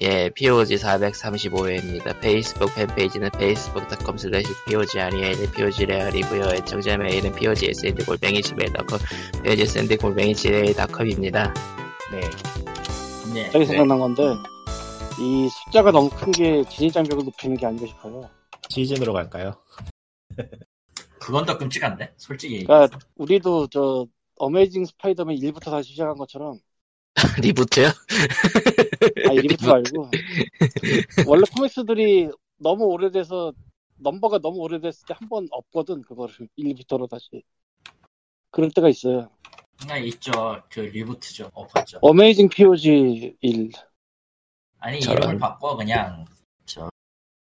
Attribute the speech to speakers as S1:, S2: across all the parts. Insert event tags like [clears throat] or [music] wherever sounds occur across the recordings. S1: 예, POG 435회입니다. 페이스북 팬페이지는 facebook.com slash POG 아리엘, POG 레알이고요 애청자 메일은 POG SND 골뱅이 지메일.com, POG SND 골뱅이 지메일.com입니다. [laughs]
S2: 네.
S3: 네.
S4: 갑자기 생각난 건데 이 숫자가 너무 큰 게 진입장벽을 높이는 게 아닌가 싶어요.
S2: 시즌으로 갈까요?
S3: 그건 더 끔찍한데? 솔직히. 얘기해.
S4: 그러니까 우리도 저 어메이징 스파이더맨 1부터 다시 시작한 것처럼
S1: 리부트요?
S4: 아
S1: [laughs]
S4: 1부터 말고 원래 코믹스들이 너무 오래돼서 넘버가 너무 오래됐을 때 한 번 없거든 그거를 1부터로 다시 그럴 때가 있어요.
S3: 그냥 있죠. 그 리부트죠. 엎었죠.
S4: 어메이징 POG 1
S3: 아니,
S1: 저런.
S3: 이름을 바꿔, 그냥. 저,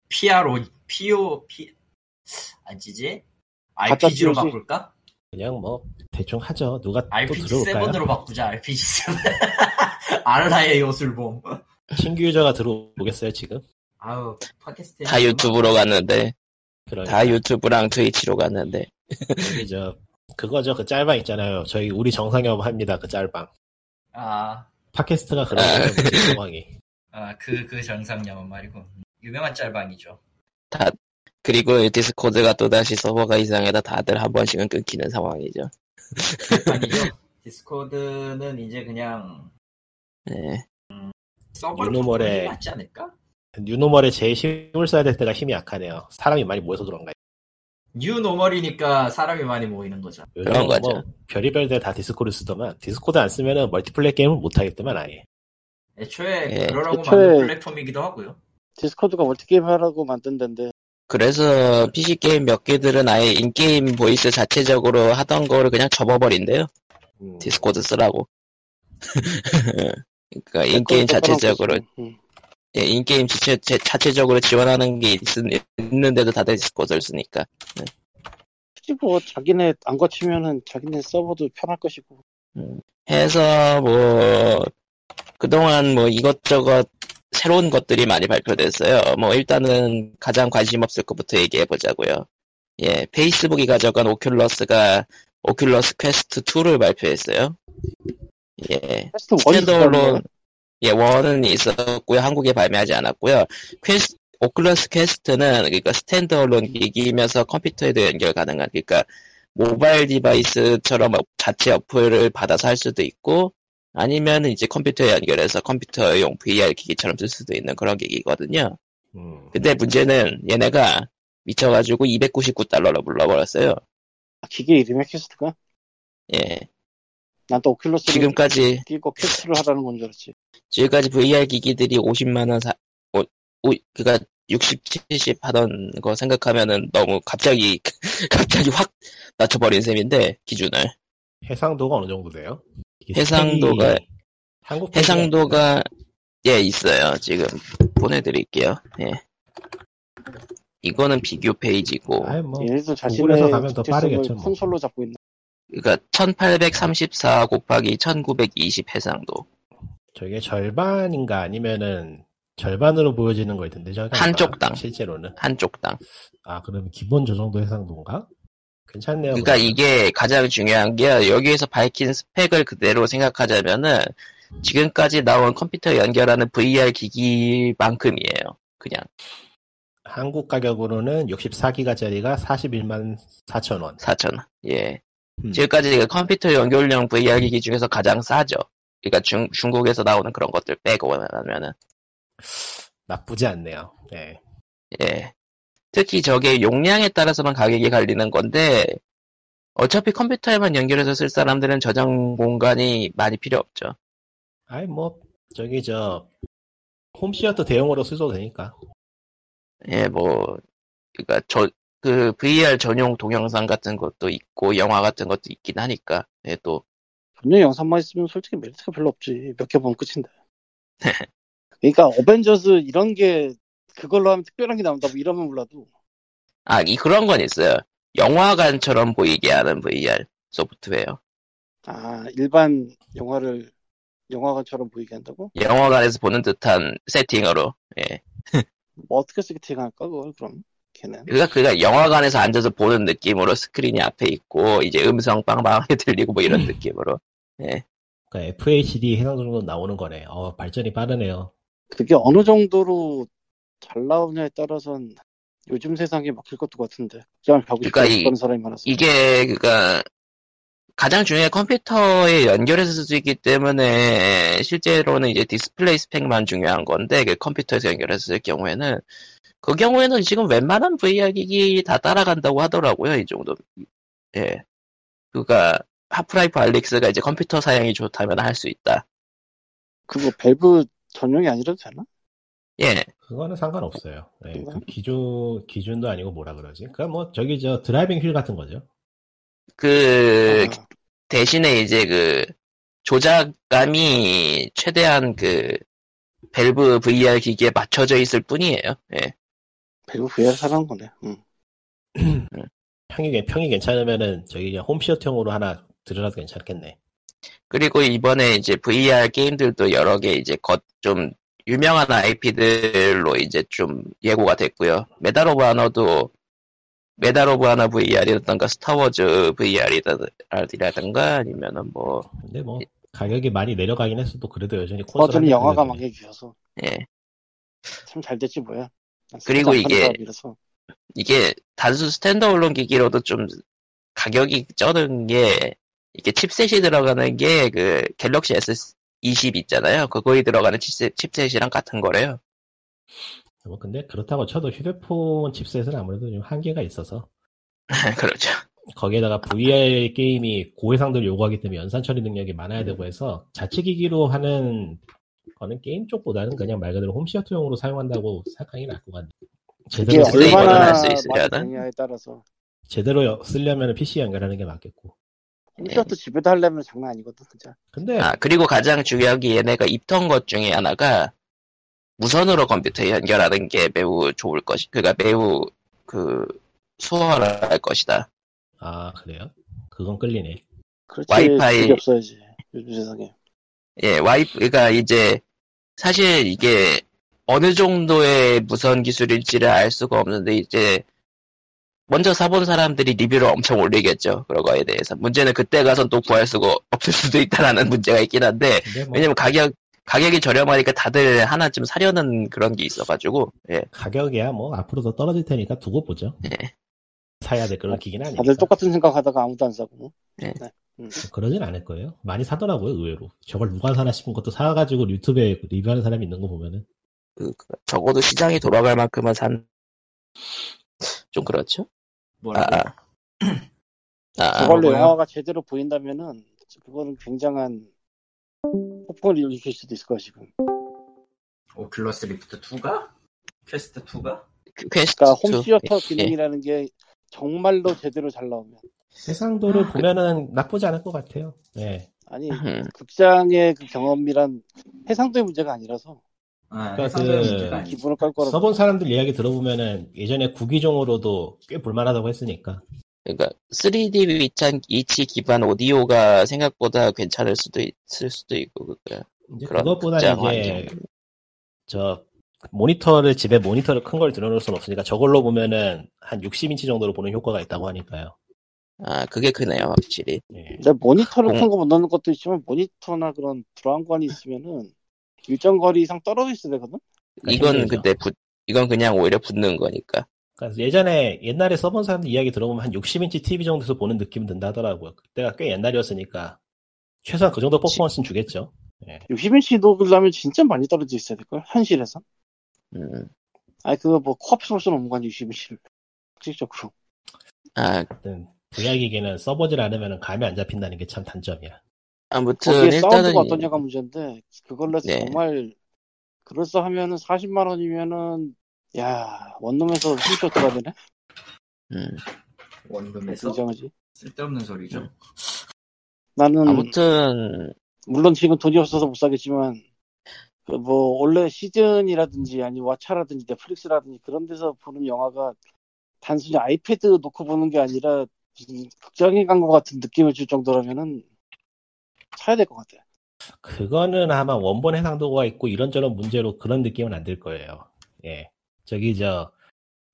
S3: PRO, PO, P, 아니지?
S4: 가짜
S3: RPG로
S4: POG.
S3: 바꿀까?
S2: 그냥 뭐 대충 하죠. 누가 또
S3: RPG
S2: 들어올까요?
S3: 7으로 바꾸자, RPG 7. [laughs] 아르라의 요술봉.
S2: 신규 유저가 들어오겠어요 지금?
S3: 아우, 팟캐스트.
S1: 다 유튜브로 갔는데,
S2: 그러니까
S1: 다 유튜브랑 트위치로 갔는데,
S2: 저기 저 그거죠 그 짤방 있잖아요. 저희 우리 정상협 합니다 그 짤방.
S3: 아,
S2: 팟캐스트가 [laughs] 그런
S1: 아.
S2: 거죠 지금 상황이.
S3: 아, 그, 그 정상념은 말이고. 음, 유명한 짤방이죠.
S1: 다, 그리고 이 디스코드가 또다시 서버가 이상해다 다들 한 번씩은 끊기는 상황이죠.
S3: 아니죠. 디스코드는 이제 그냥
S1: 예.
S3: 서버를
S2: 유노멀의-
S3: 바꾸는 게 맞지 않을까?
S2: 뉴노멀에 제일 힘을 써야 될 때가 힘이 약하네요. 사람이 많이 모여서 그런가요?
S3: 뉴 노멀이니까 사람이 많이 모이는 거죠.
S2: 요즘
S1: 그런 거죠.
S2: 뭐 별의별 데 다 디스코드 쓰더만 디스코드 안 쓰면은 멀티플레이 게임을 못 하겠더만 아예.
S3: 애초에
S1: 예,
S3: 그러라고
S4: 애초에-
S3: 만든 플랫폼이기도 하고요.
S4: 디스코드가 멀티게임 하라고 만든 데인데
S1: 그래서 PC 게임 몇 개들은 아예 인게임 보이스 자체적으로 하던 거를 그냥 접어버린대요.
S2: 음,
S1: 디스코드 쓰라고. [laughs] 그러니까 인게임 자체적으로
S4: 음.
S1: 예, 인게임 자체, 자- 자체적으로 지원하는 게 있, 는데도 다들 디스코드를 쓰니까
S4: 굳이 뭐 자기네 안 거치면은 자기네 서버도 편할 것이고
S1: 해서 뭐 그동안 뭐 이것저것 새로운 것들이 많이 발표됐어요. 뭐 일단은 가장 관심 없을 것부터 얘기해 보자고요. 예, 페이스북이 가져간 오큘러스가 오큘러스 퀘스트 2를 발표했어요. 예,
S4: 테스트 원이
S1: 스탠더얼론 예 원은 있었고요 한국에 발매하지 않았고요 퀘스 오클러스 퀘스트는 그러니까 스탠더얼론 기기이면서 컴퓨터에도 연결 가능한 그러니까 모바일 디바이스처럼 자체 어플을 받아서 할 수도 있고 아니면 이제 컴퓨터에 연결해서 컴퓨터용 VR 기기처럼 쓸 수도 있는 그런 기기거든요
S2: 음.
S1: 근데 문제는 얘네가 미쳐가지고 299달러로 불러버렸어요
S4: 아, 기계 이름이 퀘스트가?
S1: 예
S4: 난 또 오큘러스를
S1: 지금까지
S4: 끼고 퀘스트를 하라는 건 줄 알았지
S1: 지금까지 VR 기기들이 50만원 사, 오, 오, 그니까 60, 70 하던 거 생각하면은 너무 갑자기, [laughs] 갑자기 확 낮춰버린 셈인데, 기준을.
S2: 해상도가 어느 정도 돼요? 이게
S1: 해상도가-
S2: 스펙이 한국
S1: 해상도가, 예, 있어요. 지금 보내드릴게요. 예. 이거는 비교 페이지고,
S2: 아이 뭐
S4: 얘네도 자신의
S2: 구글에서 가면 더
S4: 특성을
S2: 빠르겠죠, 뭐.
S4: 콘솔로 잡고 있는
S1: 그니까 1834 그러니까 곱하기 1920 해상도.
S2: 저게 절반인가 아니면은 절반으로 보여지는 거 있던데 저게
S1: 한쪽
S2: 아마
S1: 당.
S2: 실제로는
S1: 한쪽당.
S2: 아 그러면 기본 저 정도 해상도인가? 괜찮네요. 뭐
S1: 그러니까
S2: 그러면.
S1: 이게 가장 중요한 게 여기에서 밝힌 스펙을 그대로 생각하자면은 지금까지 나온 컴퓨터 연결하는 VR 기기만큼이에요. 그냥
S2: 한국 가격으로는 64기가짜리가 41만 4천 원.
S1: 4천. 예.
S2: 음.
S1: 지금까지 그 컴퓨터 연결용 VR 기기 중에서 가장 싸죠. 그러니까 중, 중국에서 나오는 그런 것들 빼고 하면은
S2: 나쁘지 않네요. 네.
S1: 예. 특히 저게 용량에 따라서만 가격이 갈리는 건데 어차피 컴퓨터에만 연결해서 쓸 사람들은 저장 공간이 많이 필요 없죠.
S2: 아이 뭐 저기 저 홈시어터 대용으로 쓰셔도 되니까.
S1: 예, 뭐, 그니까 저, 그 VR 전용 동영상 같은 것도 있고, 영화 같은 것도 있긴 하니까, 예, 또,
S4: 분명 영상만 있으면 솔직히 메리트가 별로 없지 몇 개 보면 끝인데
S1: [laughs]
S4: 그러니까 어벤져스 이런 게 그걸로 하면 특별한 게 나온다 뭐 이러면 몰라도
S1: 아, 이, 그런 건 있어요. 영화관처럼 보이게 하는 VR 소프트웨어.
S4: 아 일반 영화를 영화관처럼 보이게 한다고?
S1: 영화관에서 보는 듯한 세팅으로, 예.
S4: 뭐 어떻게 세팅할까 그걸 그럼 걔는
S1: 그러니까 그니까, 그니까 영화관에서 앉아서 보는 느낌으로 스크린이 앞에 있고, 이제 음성 빵빵하게 [laughs] 들리고 뭐 이런 느낌으로.
S2: 그러니까 FHD 해상 정도 나오는 거네. 어 발전이 빠르네요.
S4: 그게 어느 정도로 잘 나오냐에 따라선 요즘 세상에 맡길 것도 같은데 그냥 가고 싶어
S1: 그러니까 이-
S4: 하는 사람이 많아서
S1: 이게 그니까 가장 중요한 컴퓨터에 연결해서 쓸 수 있기 때문에 실제로는 이제 디스플레이 스펙만 중요한 건데 그 컴퓨터에서 연결해서 쓸 경우에는 그 경우에는 지금 웬만한 VR 기기 다 따라간다고 하더라고요 이 정도 예 그니까 하프라이프 알릭스가 이제 컴퓨터 사양이 좋다면 할 수 있다
S4: 그거 밸브 전용이 아니라도 되나?
S1: 예
S2: 그거는 상관없어요. 네, 그
S4: 그건?
S2: 기준 기준도 아니고 뭐라 그러지? 그러니까 뭐 저기 저 드라이빙 휠 같은 거죠.
S1: 그
S4: 아,
S1: 대신에 이제 그 조작감이 최대한 그 밸브 VR 기기에 맞춰져 있을 뿐이에요. 예.
S4: 밸브 VR 사는 거네. 응.
S2: 평이 평이 괜찮으면은 저기 그냥 홈시어팅으로 하나 들으라도 괜찮겠네.
S1: 그리고 이번에 이제 VR 게임들도 여러 개 이제 겉 좀 유명한 IP들로 이제 좀 예고가 됐고요. 메달 오브 아너도 메달 오브 아너 VR이라든가 스타워즈 VR이라든가 아니면은 뭐
S2: 근데 뭐 가격이 많이 내려가긴 했어도 그래도 여전히 콘솔
S4: 버드는
S2: 하는
S4: 뭐 영화가
S2: 가격이-
S4: 망해주셔서
S1: 예.
S4: 참 잘 됐지 뭐야. 난
S1: 그리고
S4: 생각 안
S1: 이게-
S4: 하는 사람이라서.
S1: 이게 단순 스탠드얼론 기기로도 좀 가격이 쩌는 게 이게 칩셋이 들어가는 게 그 갤럭시 S20 있잖아요. 그거에 들어가는 칩셋, 칩셋이랑 같은 거래요. [laughs]
S2: 뭐 근데 그렇다고 쳐도 휴대폰 칩셋은 아무래도 좀 한계가 있어서
S1: 그렇죠.
S2: 거기에다가 VR 게임이 고해상도를 요구하기 때문에 연산 처리 능력이
S4: 음.
S2: 많아야 되고 해서 자체 기기로 하는 거는 게임 쪽보다는 그냥 말 그대로 홈시어터용으로 사용한다고 생각이 날 것 같네요.
S4: 이게
S2: 제대로
S1: 근데
S2: 쓰-
S1: 이거는
S4: 얼마나
S1: 할수 있으려나?
S4: 많이 되냐에 따라서
S2: 제대로 여- 쓰려면 PC 연결하는 게 맞겠고.
S1: 예.
S4: 홈시어터 집에도 하려면 장난 아니거든 진짜.
S2: 근데
S1: 아, 그리고 가장 중요한 게 얘네가 입던 것 중에 하나가 무선으로 컴퓨터에 연결하는 게 매우 좋을 것이, 그니까 매우 그 수월할 것이다.
S2: 아 그래요? 그건 끌리네.
S4: 그렇지
S1: 와이파이-
S4: 그게 없어야지 요즘 세상에.
S1: 예, 와이프가 이제 사실 이게 어느 정도의 무선 기술일지를 알 수가 없는데 이제 먼저 사본 사람들이 리뷰를 엄청 올리겠죠. 그런 거에 대해서. 문제는 그때 가서 또 구할 수가 없을 수도 있다라는 [laughs] 문제가 있긴 한데
S2: 근데 뭐
S1: 왜냐면 가격 가격이 저렴하니까 다들 하나쯤 사려는 그런 게 있어가지고 예.
S2: 가격이야 뭐 앞으로 더 떨어질 테니까 두고 보죠.
S1: 예.
S2: 사야 될 그런 기기는 아니니까.
S4: 다들 똑같은 생각하다가 아무도 안 사고.
S1: 예.
S4: 네. 음.
S2: 그러진 않을 거예요. 많이 사더라고요 의외로. 저걸 누가 사나 싶은 것도 사가지고 유튜브에 리뷰하는 사람이 있는 거 보면은
S1: 그- 그- 적어도 시장이 돌아갈 만큼은 산. 좀 그렇죠. 아,
S3: 뭐라고?
S1: 아. 아, 아.
S4: 그걸로
S3: 뭐야?
S4: 영화가 제대로 보인다면은 그거는 굉장한 폭풍을 일으킬 수도 있을 거야 지금.
S3: 오큘러스 리프트 2가? 어, 퀘스트 2가?
S1: 퀘스트
S4: 그러니까
S1: 2. 예,
S4: 홈시어터
S1: 예.
S4: 기능이라는 게 정말로 제대로 잘 나오면
S2: 해상도를
S4: 아,
S2: 보면은 나쁘지 않을 것 같아요. 네.
S4: 아니
S1: 음.
S4: 극장의 그 경험이란 해상도의 문제가 아니라서
S3: 아,
S2: 그러니까
S3: 해상도의
S1: 예.
S2: 그-
S3: 문제가 아니지.
S4: 기분을 깔 거라고.
S2: 써본 사람들 이야기 들어보면은 예전에 구기종으로도 꽤 볼만하다고 했으니까.
S1: 그러니까 3D 위찬 이치 기반 오디오가 생각보다 괜찮을 수도 있을 수도 있고 그니까
S2: 이제
S1: 그런
S2: 그것보다
S1: 극장
S2: 이게
S1: 환경.
S2: 저 모니터를 집에 모니터를 큰 걸 들어놓을 순 없으니까 저걸로 보면은 한 60인치 정도로 보는 효과가 있다고 하니까요.
S1: 아 그게 크네요 확실히
S2: 예.
S4: 근데 모니터를
S1: 공-
S4: 큰 거 못 넣는 것도 있지만 모니터나 그런 불안관이 있으면은 일정 거리 이상 떨어져 있어야 되거든.
S2: 그러니까
S1: 이건
S2: 힘들죠.
S1: 근데 붙 이건 그냥 오히려 붙는 거니까
S2: 그러니까 예전에 옛날에 써본 사람들 이야기 들어보면 한 60인치 TV 정도에서 보는 느낌 든다 하더라고요. 그때가 꽤 옛날이었으니까 최소한 그 정도 퍼포먼스는 주겠죠.
S4: 60인치도 그러려면 진짜 많이 떨어져 있어야 될 걸. 현실에서.
S1: 음.
S4: 아니 그거 뭐 코앞에 올 수는 없는 거 아니 60인치를 직접적으로.
S1: 아
S2: 아무튼 VR 기기는 써보질 않으면 감이 안 잡힌다는 게 참 단점이야.
S1: 아무튼
S4: 거기에
S1: 일단은
S4: 사운드가 어떠냐가 문제인데 그걸로 해서
S1: 네.
S4: 정말 그럴싸 하면은 40만 원이면은 야 원룸에서 훔쳐 들어야 되네.
S1: 음.
S3: 원룸에서?
S4: 굉장하지.
S3: 쓸데없는 소리죠.
S4: 나는
S1: 아무튼
S4: 물론 지금 돈이 없어서 못 사겠지만 그뭐 원래 시즌이라든지 아니 왓챠라든지 넷플릭스라든지 그런 데서 보는 영화가 단순히 아이패드 놓고 보는 게 아니라 무슨 극장에 간 것 같은 느낌을 줄 정도라면은 사야 될 것 같아.
S2: 네. 그거는 아마 원본 해상도가 있고 이런저런 문제로 그런 느낌은 안 들 거예요. 예. 저기 저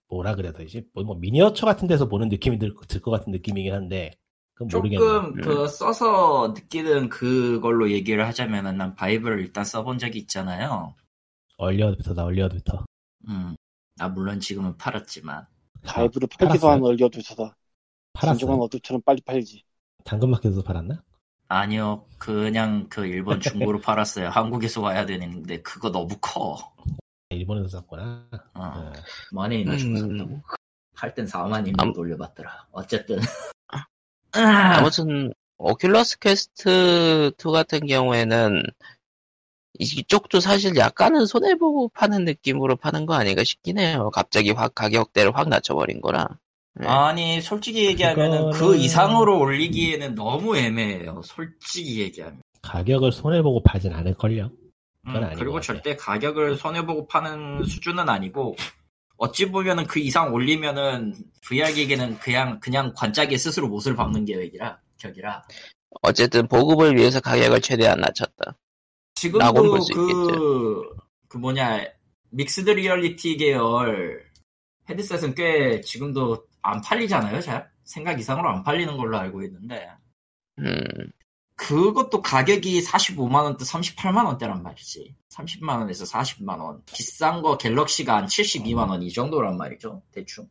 S2: 뭐라 그래야 되지? 뭐, 뭐 미니어처 같은 데서 보는 느낌이 들 것 같은 느낌이긴 한데 그건 모르겠네. 예.
S3: 조금 그 써서 느끼는 그걸로 얘기를 하자면은 난 바이브를 일단 써본 적이 있잖아요.
S2: 얼리어드부터다 얼리어드부터.
S3: 음. 아 물론 지금은 팔았지만
S4: 가이브를 팔기도 한 얼려두셔서 단종한
S2: 팔았어.
S4: 어둠처럼 빨리 팔지.
S2: 당근마켓에서 팔았나? 아,
S3: 아니요 그냥 그
S2: [laughs]
S3: 일본 중고로 팔았어요. 한국에서 와야 되는데 그거 너무 커.
S2: 일본에서 샀구나.
S3: 어.
S2: 어.
S3: 만원이나 주고
S1: 음.
S3: 샀다고. 팔땐 4만이면
S1: 아무-
S3: 돌려받더라. 어쨌든.
S1: 아, 아무튼 오큘러스 퀘스트 2 같은 경우에는 이쪽도 사실 약간은 손해보고 파는 느낌으로 파는 거 아닌가 싶긴 해요. 갑자기 확 가격대를 확 낮춰버린 거라. 네.
S3: 아니 솔직히 얘기하면 그
S2: 그거는-
S3: 이상으로 올리기에는 너무 애매해요. 솔직히 얘기하면.
S2: 가격을 손해보고 팔진 않을걸요. 그건
S3: 음,
S2: 아닌 것
S3: 그리고
S2: 같아.
S3: 절대 가격을 손해보고 파는 수준은 아니고 어찌 보면은 그 이상 올리면은 VR 기계는 그냥 그냥 관짝에 스스로 못을 박는 계획이라 격이라
S1: 어쨌든 보급을 위해서 가격을 최대한 낮췄다. 라고는
S3: 지금도
S1: 볼수
S3: 그, 그 뭐냐 믹스드 리얼리티 계열 헤드셋은 꽤 지금도 안 팔리잖아요 잘 생각 이상으로 안 팔리는 걸로 알고 있는데
S1: 음,
S3: 그것도 가격이 45만원대 38만원대란 말이지. 30만원에서 40만원. 비싼 거 갤럭시가 한 72만원 이 정도란 말이죠. 대충.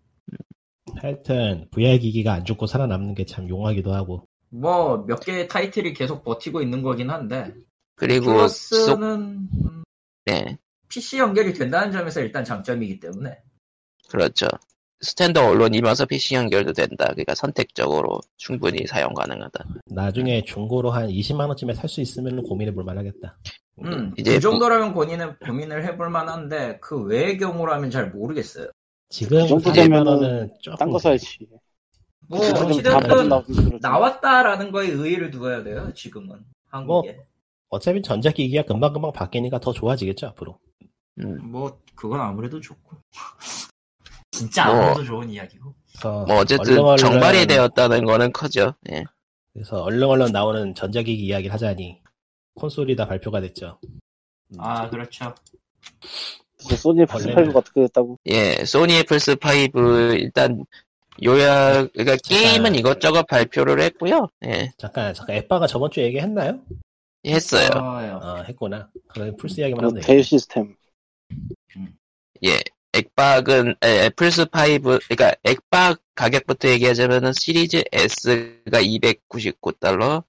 S2: 하여튼 VR 기기가 안 죽고 살아남는 게 참 용하기도 하고.
S3: 뭐 몇 개의 타이틀이 계속 버티고 있는 거긴 한데.
S1: 그리고 속,
S3: 플러스는 음,
S1: 네,
S3: PC 연결이 된다는 점에서 일단 장점이기 때문에.
S1: 그렇죠. 스탠드 언론이면서 PC 연결도 된다. 그러니까 선택적으로 충분히 사용 가능하다.
S2: 나중에 중고로 한 20만 원쯤에 살 수 있으면 고민해볼 만하겠다.
S3: 음,
S1: 이제
S3: 그 정도라면 고민은, 고민을 해볼 만한데 그 외의 경우라면 잘 모르겠어요.
S2: 지금
S4: 그 정도
S2: 40만
S4: 되면은
S2: 원은 조금
S4: 딴 거 사야지.
S3: 뭐
S2: 그 정도면 다
S3: 어찌됐든
S2: 받았나?
S4: 나와.
S3: 나왔다라는 거에 의의를 두어야 돼요. 지금은. 한국에.
S2: 어차피 전자기기가 금방금방 바뀌니까 더 좋아지겠죠 앞으로.
S1: 음,
S3: 뭐 그건 아무래도 좋고 [laughs] 진짜
S1: 뭐.
S3: 아무래도 좋은 이야기고
S2: 그래서
S1: 뭐 어쨌든
S2: 얼른 얼른-
S1: 정발이 되었다는 거는 커죠. 예.
S2: 그래서 얼렁얼렁 나오는 전자기기 이야기를 하자니 콘솔이 다 발표가 됐죠. 음,
S3: 아 그렇죠
S4: 소니의 플스8가 어떻게 됐다고?
S1: 예, 소니 플스 5 일단 요약 그러니까 게임은 이것저것 발표를 했고요. 예,
S2: 잠깐 잠깐 에빠가 저번 주에 얘기했나요?
S1: 했어요.
S3: 어,
S2: 어 했구나. 그럼 플스 이야기만 하면
S4: 그
S2: 되겠다.
S4: 대유 시스템.
S1: 예, 액박은 에, 플스 5 그러니까 액박 가격부터 얘기하자면은 시리즈 S가 299달러,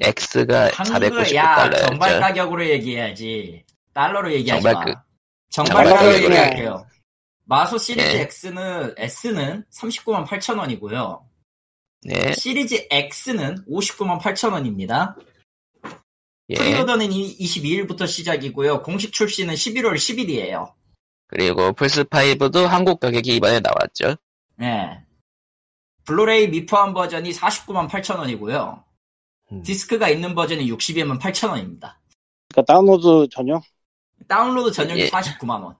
S1: X가
S3: 한국을 야
S1: 499달러였죠.
S3: 정발 가격으로 얘기해야지 달러로 얘기하지
S1: 정발 그-
S3: 마 정발
S1: 정발
S3: 가격으로
S1: 가격으로
S3: 얘기할게요 마소 시리즈
S1: 예.
S3: X는 S는 39만 8천 원이고요
S1: 네,
S3: 시리즈 X는 59만 8천 원입니다
S1: 예.
S3: 프리오더는 이- 22일부터 시작이고요 공식 출시는 11월 10일이에요
S1: 그리고 플스 5도 한국 가격이 이번에 나왔죠.
S3: 네 블루레이 미포함 버전이 49만 8천 원이고요
S2: 음.
S3: 디스크가 있는 버전이 62만 8천 원입니다.
S4: 그러니까 다운로드 전용
S3: 다운로드 전용이
S1: 예.
S3: 49만 원.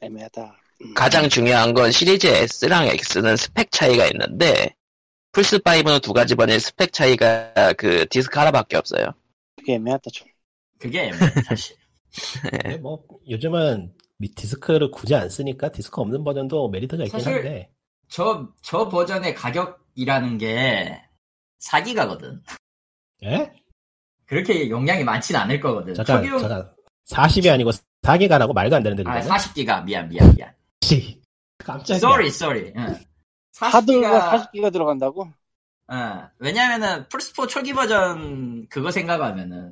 S4: 애매하다. 음,
S2: 음.
S1: 가장 중요한 건 시리즈 S랑 X는 스펙 차이가 있는데 플스 5는 두 가지 번의 스펙 차이가 그 디스크 하나밖에 없어요.
S4: 그게 애매하다 좀.
S3: 그게 애매해,
S2: [laughs]
S3: 사실. 예?
S2: 근데 뭐 요즘은 미- 디스크를 굳이 안 쓰니까 디스크 없는 버전도 메리트가 있긴
S3: 사실-
S2: 한데
S3: 저, 저 버전의 가격이라는 게 4기가거든.
S2: 예?
S3: 그렇게 용량이 많진 않을 거거든.
S2: 잠깐
S3: 초기용-
S2: 잠깐 40이 아니고 4기가라고 말도 안 되는데
S3: 아,
S2: 그거는
S3: 40기가. 미안, 미안, 미안.
S2: 씨, 깜짝이야
S3: sorry, sorry. 응. 40기가.
S4: 하드가 40기가 들어간다고?
S3: 응. 예. 왜냐면은, 플스4 초기 버전 그거 생각하면은,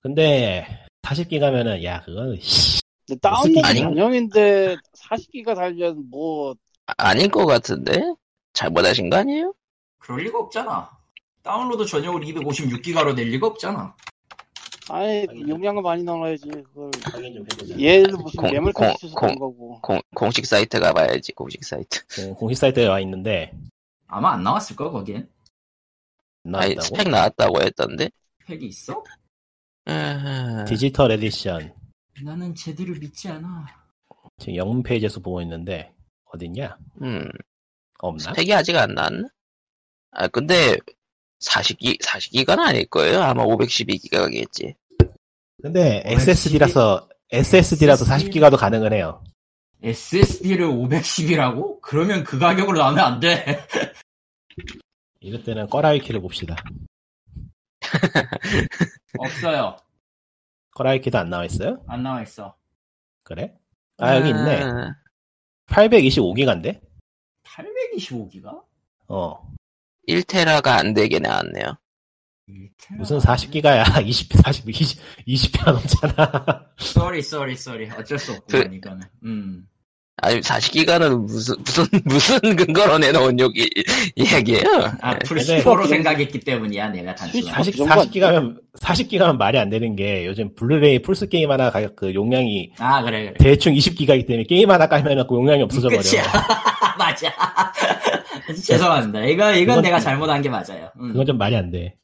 S2: 근데 40기가면은 야 그건 씨,
S4: 근데 다운로드
S1: 아니.
S4: 전용인데 40기가 달면 뭐
S1: 아- 아닌 것 같은데 잘못하신 거 아니에요?
S3: 그럴 리가 없잖아. 다운로드 전용으로 256기가로 낼 리가 없잖아.
S4: 아니
S2: 아니.
S4: 용량은 많이 넣어야지 그걸
S2: 확인 좀 해보자
S1: 예.
S4: 얘를 무슨
S1: 공-
S4: 매물까지
S1: 공-
S4: 쓰서 그런
S1: 공-
S4: 거고
S1: 공, 공식 사이트 가봐야지 공식 사이트.
S2: 공- 공식 사이트에 와 있는데
S3: 아마 안 나왔을 거, 거긴.
S1: 아니
S2: 나왔다고
S1: 스펙 나왔다고 했던데.
S3: 팩이 있어?
S1: 으흠.
S2: 디지털 에디션
S3: 나는 제대로 믿지 않아.
S2: 지금 영문 페이지에서 보고 있는데 어딨냐
S1: 음,
S2: 없나
S1: 스펙이 아직 안 나왔나? 아 근데 40기 40기가는 아닐 거예요. 아마 512기가겠지.
S2: 근데
S3: 오늘
S2: SSD라서 SSD라서 40기가도 가능은 해요
S3: SSD를 510이라고? 그러면 그 가격으로 나오면 안 돼. [laughs]
S2: 이럴 때는 꺼라이키를 봅시다
S3: 없어요.
S2: 꺼라이키도 안 나와 있어요
S3: 안 나와 있어.
S2: 그래? 아, 여기 있네.
S1: 음,
S2: 825기가인데?
S3: 825기가?
S2: 어.
S1: 1테라가 안 되게 나왔네요.
S2: 무슨 40기가야. [laughs] 20, 40, 20, 20배가 넘잖아.
S3: 쏘리 쏘리 쏘리 어쩔 수 없구만 이거는 음
S1: 아니 40기가는 무슨 무슨 [laughs] 무슨 근거로 내놓은 여기 이야기예요?
S3: 앞으로
S2: 네. 근데- 그
S3: 10%로 아, 생각했기 때문이야 내가 단순하게
S2: 40,
S4: 그 정도
S2: 40기가면, 40기가면 말이 안 되는 게 요즘 블루레이 플스 게임 하나 가격 그 용량이
S3: 아 그래 그래
S2: 대충 20기가이기 때문에 게임 하나 깔면 그 용량이 없어져 버려.
S3: 끝이야 [laughs] 맞아 죄송합니다 이거 이건
S2: 그건-
S3: 내가 잘못한 게 맞아요 음.
S2: 그건 좀 말이 안 돼.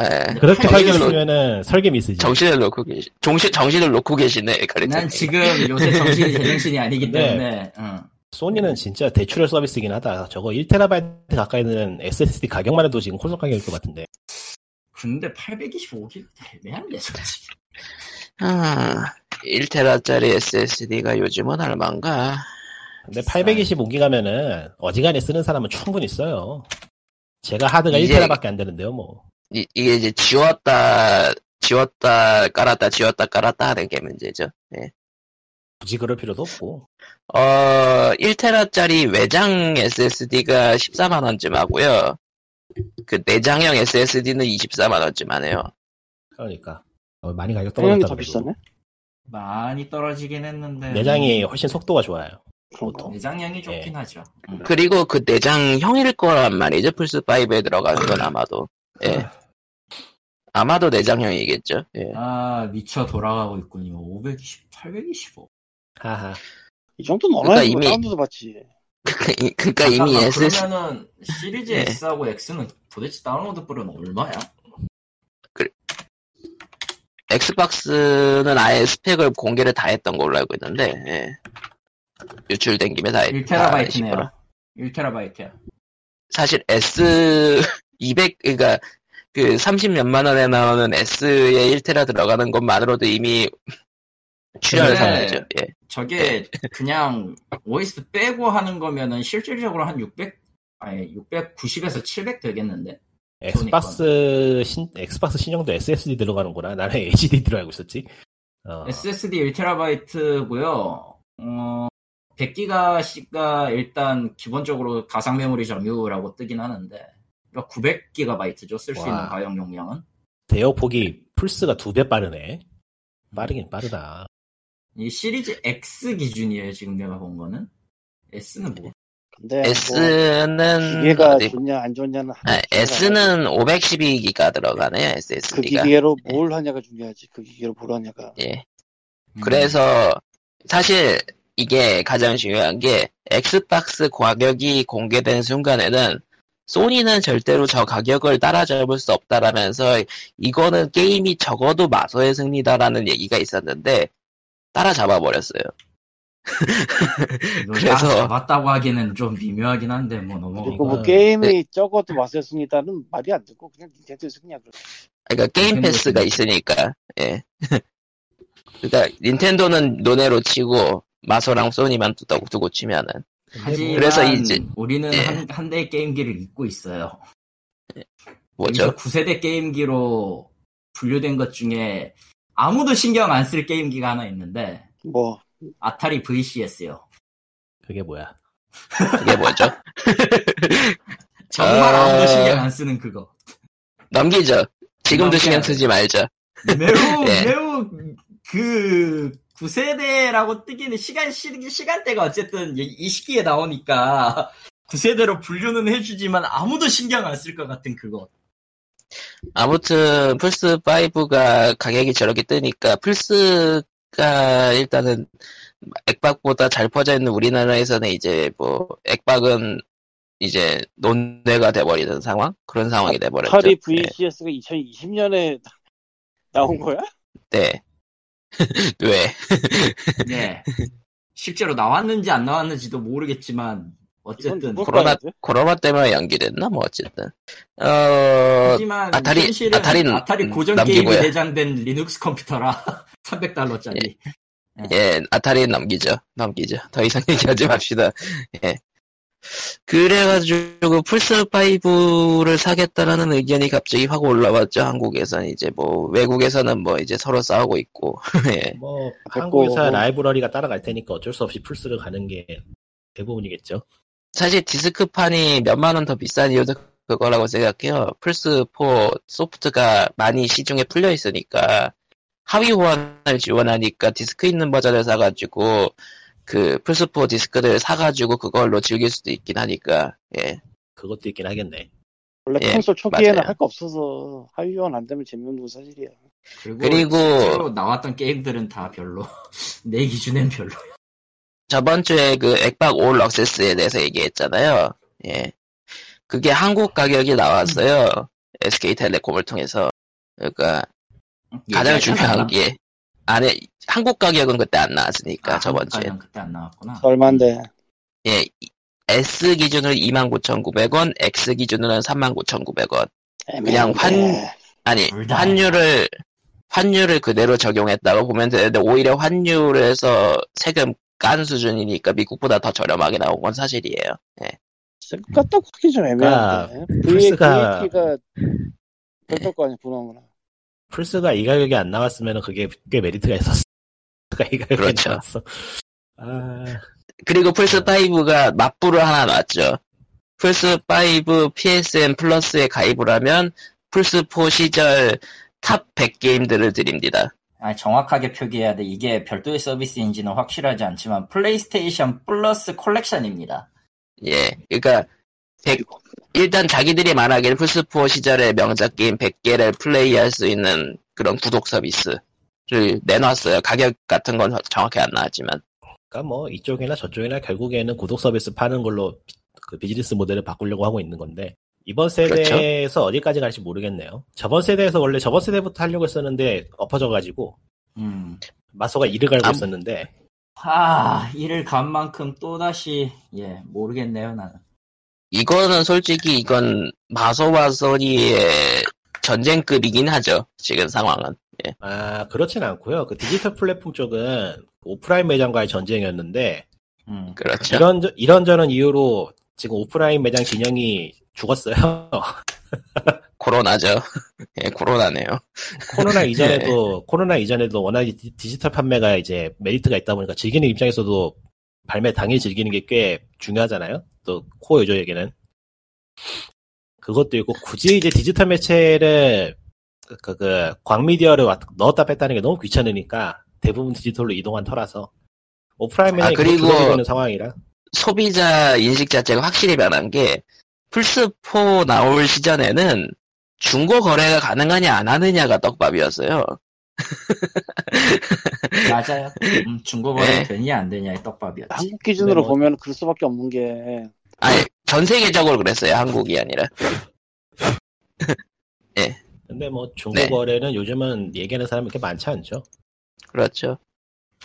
S1: 예.
S3: 근데
S2: 그렇게
S3: 팔-
S2: 설계했으면은 설계 미스지.
S1: 정신을 놓고 계시 정신 정신을 놓고 계시네 가리트.
S3: 난 지금 요새 [laughs] 정신이 제정신이 아니기
S2: 네.
S3: 때문에 어. 응.
S2: 소니는 진짜 대출의 서비스이긴 하다. 저거 1테라바이트 가까이 되는 SSD 가격만 해도 지금 콘솔 가격일 것 같은데.
S3: 근데 825기가 애매한데 솔직히
S1: 아, 1테라짜리 SSD가 요즘은 얼마인가?
S2: 근데
S3: 비싸요.
S2: 825기가면은 어지간히 쓰는 사람은 충분히 써요. 제가 하드가
S1: 이제-
S2: 1테라밖에 안 되는데요, 뭐.
S1: 이, 이게 이제 지웠다 지웠다 깔았다 지웠다 깔았다 하는 게 문제죠. 예.
S2: 굳이 그럴 필요도 없고.
S1: 어 1테라짜리 외장 SSD가 14만 원쯤 하고요. 그 내장형 SSD는 24만 원쯤 하네요.
S2: 그러니까. 어, 많이 가격
S4: 당연히
S2: 떨어졌다.
S4: 더 비싸네.
S3: 많이 떨어지긴 했는데
S2: 내장이 훨씬 속도가 좋아요.
S4: 그런가?
S3: 내장량이 좋긴
S2: 예.
S3: 하죠 음.
S1: 그리고 그 내장형일 거란 말이죠. 플스 5에 들어가는 건 아마도 예. 아마도 내장형이겠죠. 예. [laughs]
S3: 아 미쳐 돌아가고 있군요 520, 825
S2: 하하.
S4: 이 정도는
S1: 그러니까
S4: 얼마나
S1: 이미-
S4: 다운로드 받지.
S1: 그러니까 이미
S3: 잠깐만,
S1: SS
S3: 아, 그러면은 시리즈
S1: 예.
S3: S하고 X는 도대체 다운로드 뿔은 얼마야?
S1: 엑스박스는 아예 스펙을 공개를 다 했던 걸로 알고 있는데 예. 유출된 김에
S3: 아,
S1: 다 했- 다 하는
S3: 1테라바이트네요.
S1: 식으로.
S3: 1테라바이트야.
S1: 사실 S [laughs] 200 그러니까 그 30몇만 원에 나오는 S에 1테라 들어가는 것만으로도 이미 [laughs] 출혈
S3: 네.
S1: 상태죠. 예.
S3: 저게 그냥 OS 빼고 하는 거면은 실질적으로 한 600, 아니 690에서 700 되겠는데?
S2: 엑스박스 신, 엑스박스 신형도 SSD 들어가는구나. 나는 [laughs] HD 들어가고 있었지. 어,
S3: SSD 1테라바이트고요. 어, 100기가가 일단 기본적으로 가상 메모리 점유라고 뜨긴 하는데, 그러니까 900기가바이트죠. 쓸 수
S2: 와.
S3: 있는 가용 용량은.
S2: 대역 폭이 플스가 두 배 빠르네. 빠르긴 빠르다.
S3: 이 시리즈 X 기준이에요. 지금 내가 본 거는. S는 뭐?
S4: 근데 뭐
S1: S는
S4: 기계가
S1: 어디-
S4: 좋냐 안 좋냐는
S1: 아,
S4: 하나씩 알아야지.
S1: S는 512기가 들어가네요.
S4: 그
S1: SSD가. 네.
S4: 기계로 뭘 하냐가 중요하지. 그 기계로 뭘 하냐가.
S1: 예.
S3: 음.
S1: 그래서 사실 이게 가장 중요한 게 엑스박스 가격이 공개된 순간에는 소니는 절대로 저 가격을 따라잡을 수 없다라면서 이거는 게임이 적어도 마소의 승리다라는 얘기가 있었는데 따라잡아 버렸어요.
S3: 음, 이걸
S1: 그래서-
S3: 다 잡았다고 하기는 좀 미묘하긴 한데 뭐
S4: 그리고
S3: 넘어가고
S4: 뭐
S2: 이거는-
S4: 게임이
S1: 네.
S4: 적어도 맛의 승리다는 말이 안 듣고 그냥 닌텐도 승리야. 그래.
S1: 그러니까 게임
S3: 닌텐도
S1: 패스가
S3: 승리.
S1: 있으니까. 예. [laughs] 그러니까 닌텐도는 논외로 치고 마소랑 소니만 두- 두고 치면은
S3: 하지만
S2: 뭐
S1: 그래서 이제-
S3: 우리는
S1: 예.
S3: 한, 한 대의 게임기를 잊고 있어요.
S1: 뭐죠?
S3: 9세대 게임기로 분류된 것 중에 아무도 신경 안 쓸 게임기가 하나 있는데
S4: 뭐
S3: 아타리 VCS요.
S2: 그게 뭐야?
S1: 그게 뭐죠?
S3: 정말
S1: 아.
S3: 아무도 신경 안 쓰는 그거.
S1: 넘기죠. 지금도
S3: 넘겨야
S1: 신경
S3: 돼.
S1: 쓰지 말자.
S3: 매우
S1: [laughs] 예.
S3: 매우 그 9세대라고 뜨기는 시간 시, 시간대가 어쨌든 이- 이 시기에 나오니까 9세대로 분류는 해주지만 아무도 신경 안 쓸 것 같은 그거.
S1: 아무튼 플스 5가 가격이 저렇게 뜨니까 플스가 일단은 액박보다 잘 퍼져 있는 우리나라에서는 이제 뭐 액박은 이제 논외가 돼버리는 상황 그런 상황이 돼버렸죠.
S4: 파리
S1: 예,
S4: VCS가 2020년에 [laughs] 나온 거야?
S1: 네. [laughs] 왜?
S3: 네. [laughs] 실제로 나왔는지 안 나왔는지도 모르겠지만
S4: 이건 뭐
S3: 어쨌든
S4: 누굴
S1: 코로나
S4: 봐야 돼?
S1: 코로나 때문에 연기됐나? 뭐 어쨌든 어
S3: 하지만
S1: 아타리-
S3: 현실은
S1: 아타리는
S3: 아타리
S1: 음,
S3: 고전
S1: 남기고요.
S3: 게임이 내장된 리눅스 컴퓨터라 [laughs] 300달러짜리.
S1: [laughs] 예, 아타리는 넘기죠. 넘기죠. 더 이상 얘기하지 맙시다. 예. 그래가지고 플스5를 사겠다라는 의견이 갑자기 확 올라왔죠. 한국에선 이제 뭐, 외국에서는 뭐 이제 서로 싸우고 있고. 예.
S2: 뭐
S4: 됐고.
S2: 한국에서 라이브러리가 따라갈 테니까 어쩔 수 없이 플스를 가는 게 대부분이겠죠.
S1: 사실 디스크판이 몇만 원 더 비싼 이유도 그거라고 생각해요. 플스4 소프트가 많이 시중에 풀려 있으니까 하위 호환을 지원하니까 디스크 있는 버전을 사가지고 그 플스4 디스크를 사가지고 그걸로 즐길 수도 있긴 하니까 예.
S2: 그것도 있긴 하겠네.
S4: 원래
S1: 예,
S4: 콘솔 초기에는
S1: 맞아요.
S4: 할 거 없어서 하위원 안 되면 재미없는 건 사실이야.
S3: 그리고,
S1: 그리고-
S3: 실제로 나왔던 게임들은 다 별로 [laughs] 내 기준엔 별로.
S1: 저번 주에 그 액박 올 액세스에 대해서 얘기했잖아요. 예. 그게 한국 가격이 나왔어요. SK텔레콤을 통해서. 그러니까 가장
S3: 얘기하지 않았나?
S1: 중요한 게 안에 한국 가격은 그때 안 나왔으니까
S3: 아,
S1: 저번 주에
S3: 한국가는 그때 안 나왔구나.
S4: 얼마인데
S1: 예 이- S 기준으로 29,900원, X 기준으로는 39,900원. 그냥 환-
S4: 애매한데.
S1: 아니
S3: 둘 다.
S1: 환율을 환율을 그대로 적용했다고 보면 되는데 오히려 환율에서 세금 깐 수준이니까 미국보다 더 저렴하게 나온 건 사실이에요. 예.
S4: 지금 갖다 하기 좀 애매한데.
S1: 그러니까
S2: 플스가-
S4: VAT가 그럴 거 아니야 분홍으로.
S2: 플스가 이 가격에 안 나왔으면 그게 꽤 메리트가 있었어. [laughs] 플스가 이 가격에
S1: 그렇죠.
S2: 나왔어. 아,
S1: 그리고 플스 5가 맞부를 하나 놨죠. 플스 5 PSN 플러스에 가입을 하면 플스 4 시절 탑 100 게임들을 드립니다.
S3: 아니, 정확하게 표기해야 돼. 이게 별도의 서비스인지는 확실하지 않지만 플레이스테이션 플러스 컬렉션입니다.
S1: 예, 그러니까 백- 일단 자기들이 말하기를 플스 4 시절의 명작 게임 100개를 플레이할 수 있는 그런 구독 서비스를 내놨어요. 가격 같은 건 정확히 안 나왔지만
S2: 그러니까 뭐 이쪽이나 저쪽이나 결국에는 구독 서비스 파는 걸로 비- 그 비즈니스 모델을 바꾸려고 하고 있는 건데 이번
S1: 그렇죠.
S2: 세대에서 어디까지 갈지 모르겠네요. 저번 세대에서 원래 저번 세대부터 하려고 했었는데 엎어져가지고
S3: 음.
S2: 마소가 이를 갈고
S1: 아,
S2: 있었는데
S3: 아, 이를 간 만큼 또다시, 예, 모르겠네요, 나는.
S1: 이거는 솔직히 이건 마소와 소니의 전쟁급이긴 하죠. 지금 상황은.
S2: 아, 그렇진 않고요. 그 디지털 플랫폼 쪽은 오프라인 매장과의 전쟁이었는데
S3: 음.
S1: 그렇죠.
S2: 이런 이런저런 이유로 지금 오프라인 매장 진영이 죽었어요.
S1: 코로나죠. [laughs] 예, 코로나네요.
S2: 코로나 이전에도 코로나 이전에도 워낙 이 디- 디지털 판매가 이제 메리트가 있다 보니까 즐기는 입장에서도 발매 당일 즐기는 게 꽤 중요하잖아요. 또 코어 유저에게는 그것도 있고 굳이 이제 디지털 매체를 그, 그, 그 광미디어를 왔- 넣었다 뺐다는 게 너무 귀찮으니까 대부분 디지털로 이동한 터라서 오프라인 매장이
S1: 아, 그리고-
S2: 그걸 주도하고 있는 상황이라
S1: 소비자 인식 자체가 확실히 변한 게 플스4 나올 시전에는 중고 거래가 가능하냐 안 하느냐가 떡밥이었어요.
S3: 맞아요. 음, 중고거래
S1: 예.
S3: 되냐, 안 되냐의 떡밥이었지.
S4: 한국 기준으로
S2: 네, 뭐-
S4: 보면 그럴 수밖에 없는 게
S1: 아니 전 세계적으로 그랬어요. 한국이 아니라.
S2: 근데 뭐 중고
S1: 네.
S2: 거래는 요즘은 얘기하는 사람이 그렇게 많지 않죠.
S1: 그렇죠.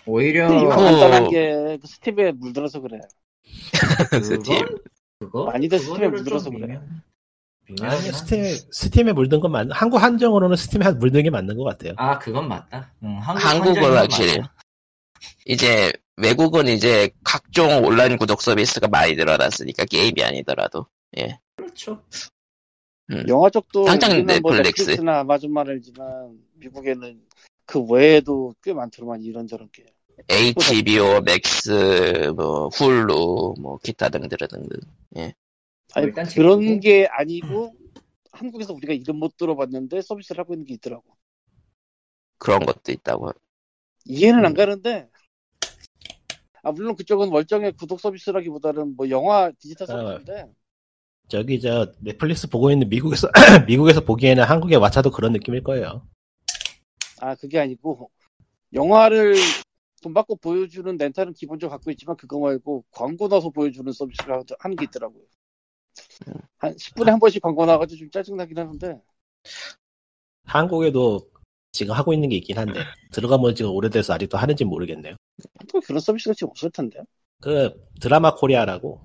S3: 오히려,
S4: 이거
S1: 어.
S4: 간단한 게그 스팀에 물들어서 그래.
S3: 그건, 그거?
S4: 많이들 스팀에
S3: 그거를 좀
S4: 물들어서 그래.
S3: 미묘-
S2: 아니
S3: 미묘하긴
S2: 스팀
S3: 한데.
S2: 스팀에 물든 건 맞. 한국 한정으로는 스팀에 물든 게 맞는 것 같아요.
S3: 아, 그건 맞다. 응, 한국
S1: 한국은
S3: 한정이면
S1: 확실히
S3: 맞아.
S1: 이제 외국은 이제 각종 온라인 구독 서비스가 많이 늘어났으니까 게임이 아니더라도
S3: 그렇죠.
S1: 음.
S4: 영화 쪽도
S1: 당장
S4: 우리는 뭐
S1: 넷플릭스.
S4: 넷플릭스나 아마존만 알지만 미국에는 그 외에도 꽤 많더만 이런저런 게.
S1: HBO, 맥스, 뭐 훌루, 뭐 기타 등등 등등.
S4: 아니
S3: 뭐 일단
S4: 그런
S3: 재밌고.
S4: 게 아니고 한국에서 우리가 이름 못 들어봤는데 서비스를 하고 있는 게 있더라고.
S1: 그런 것도 있다고.
S4: 이해는
S1: 음.
S4: 안 가는데. 아 물론 그쪽은 월정의 구독 서비스라기보다는 뭐 영화 디지털
S2: 아,
S4: 서비스인데
S2: 저기 저 넷플릭스 보고 있는 미국에서 [clears throat] 미국에서 보기에는 한국의 왓챠도 그런 느낌일 거예요.
S4: 아 그게 아니고 영화를 돈 받고 보여주는 렌탈은 기본적으로 갖고 있지만 그거 말고 광고 넣어서 보여주는 서비스를 하- 하는 게 있더라고요. 한 10분에 한 번씩 광고 나가지고 좀 짜증나긴 하는데
S2: 한국에도 지금 하고 있는 게 있긴 한데 들어가면 지금 오래돼서 아직도 하는지 모르겠네요.
S4: 또 그런 서비스가 지금 없을 텐데.
S2: 그 드라마 코리아라고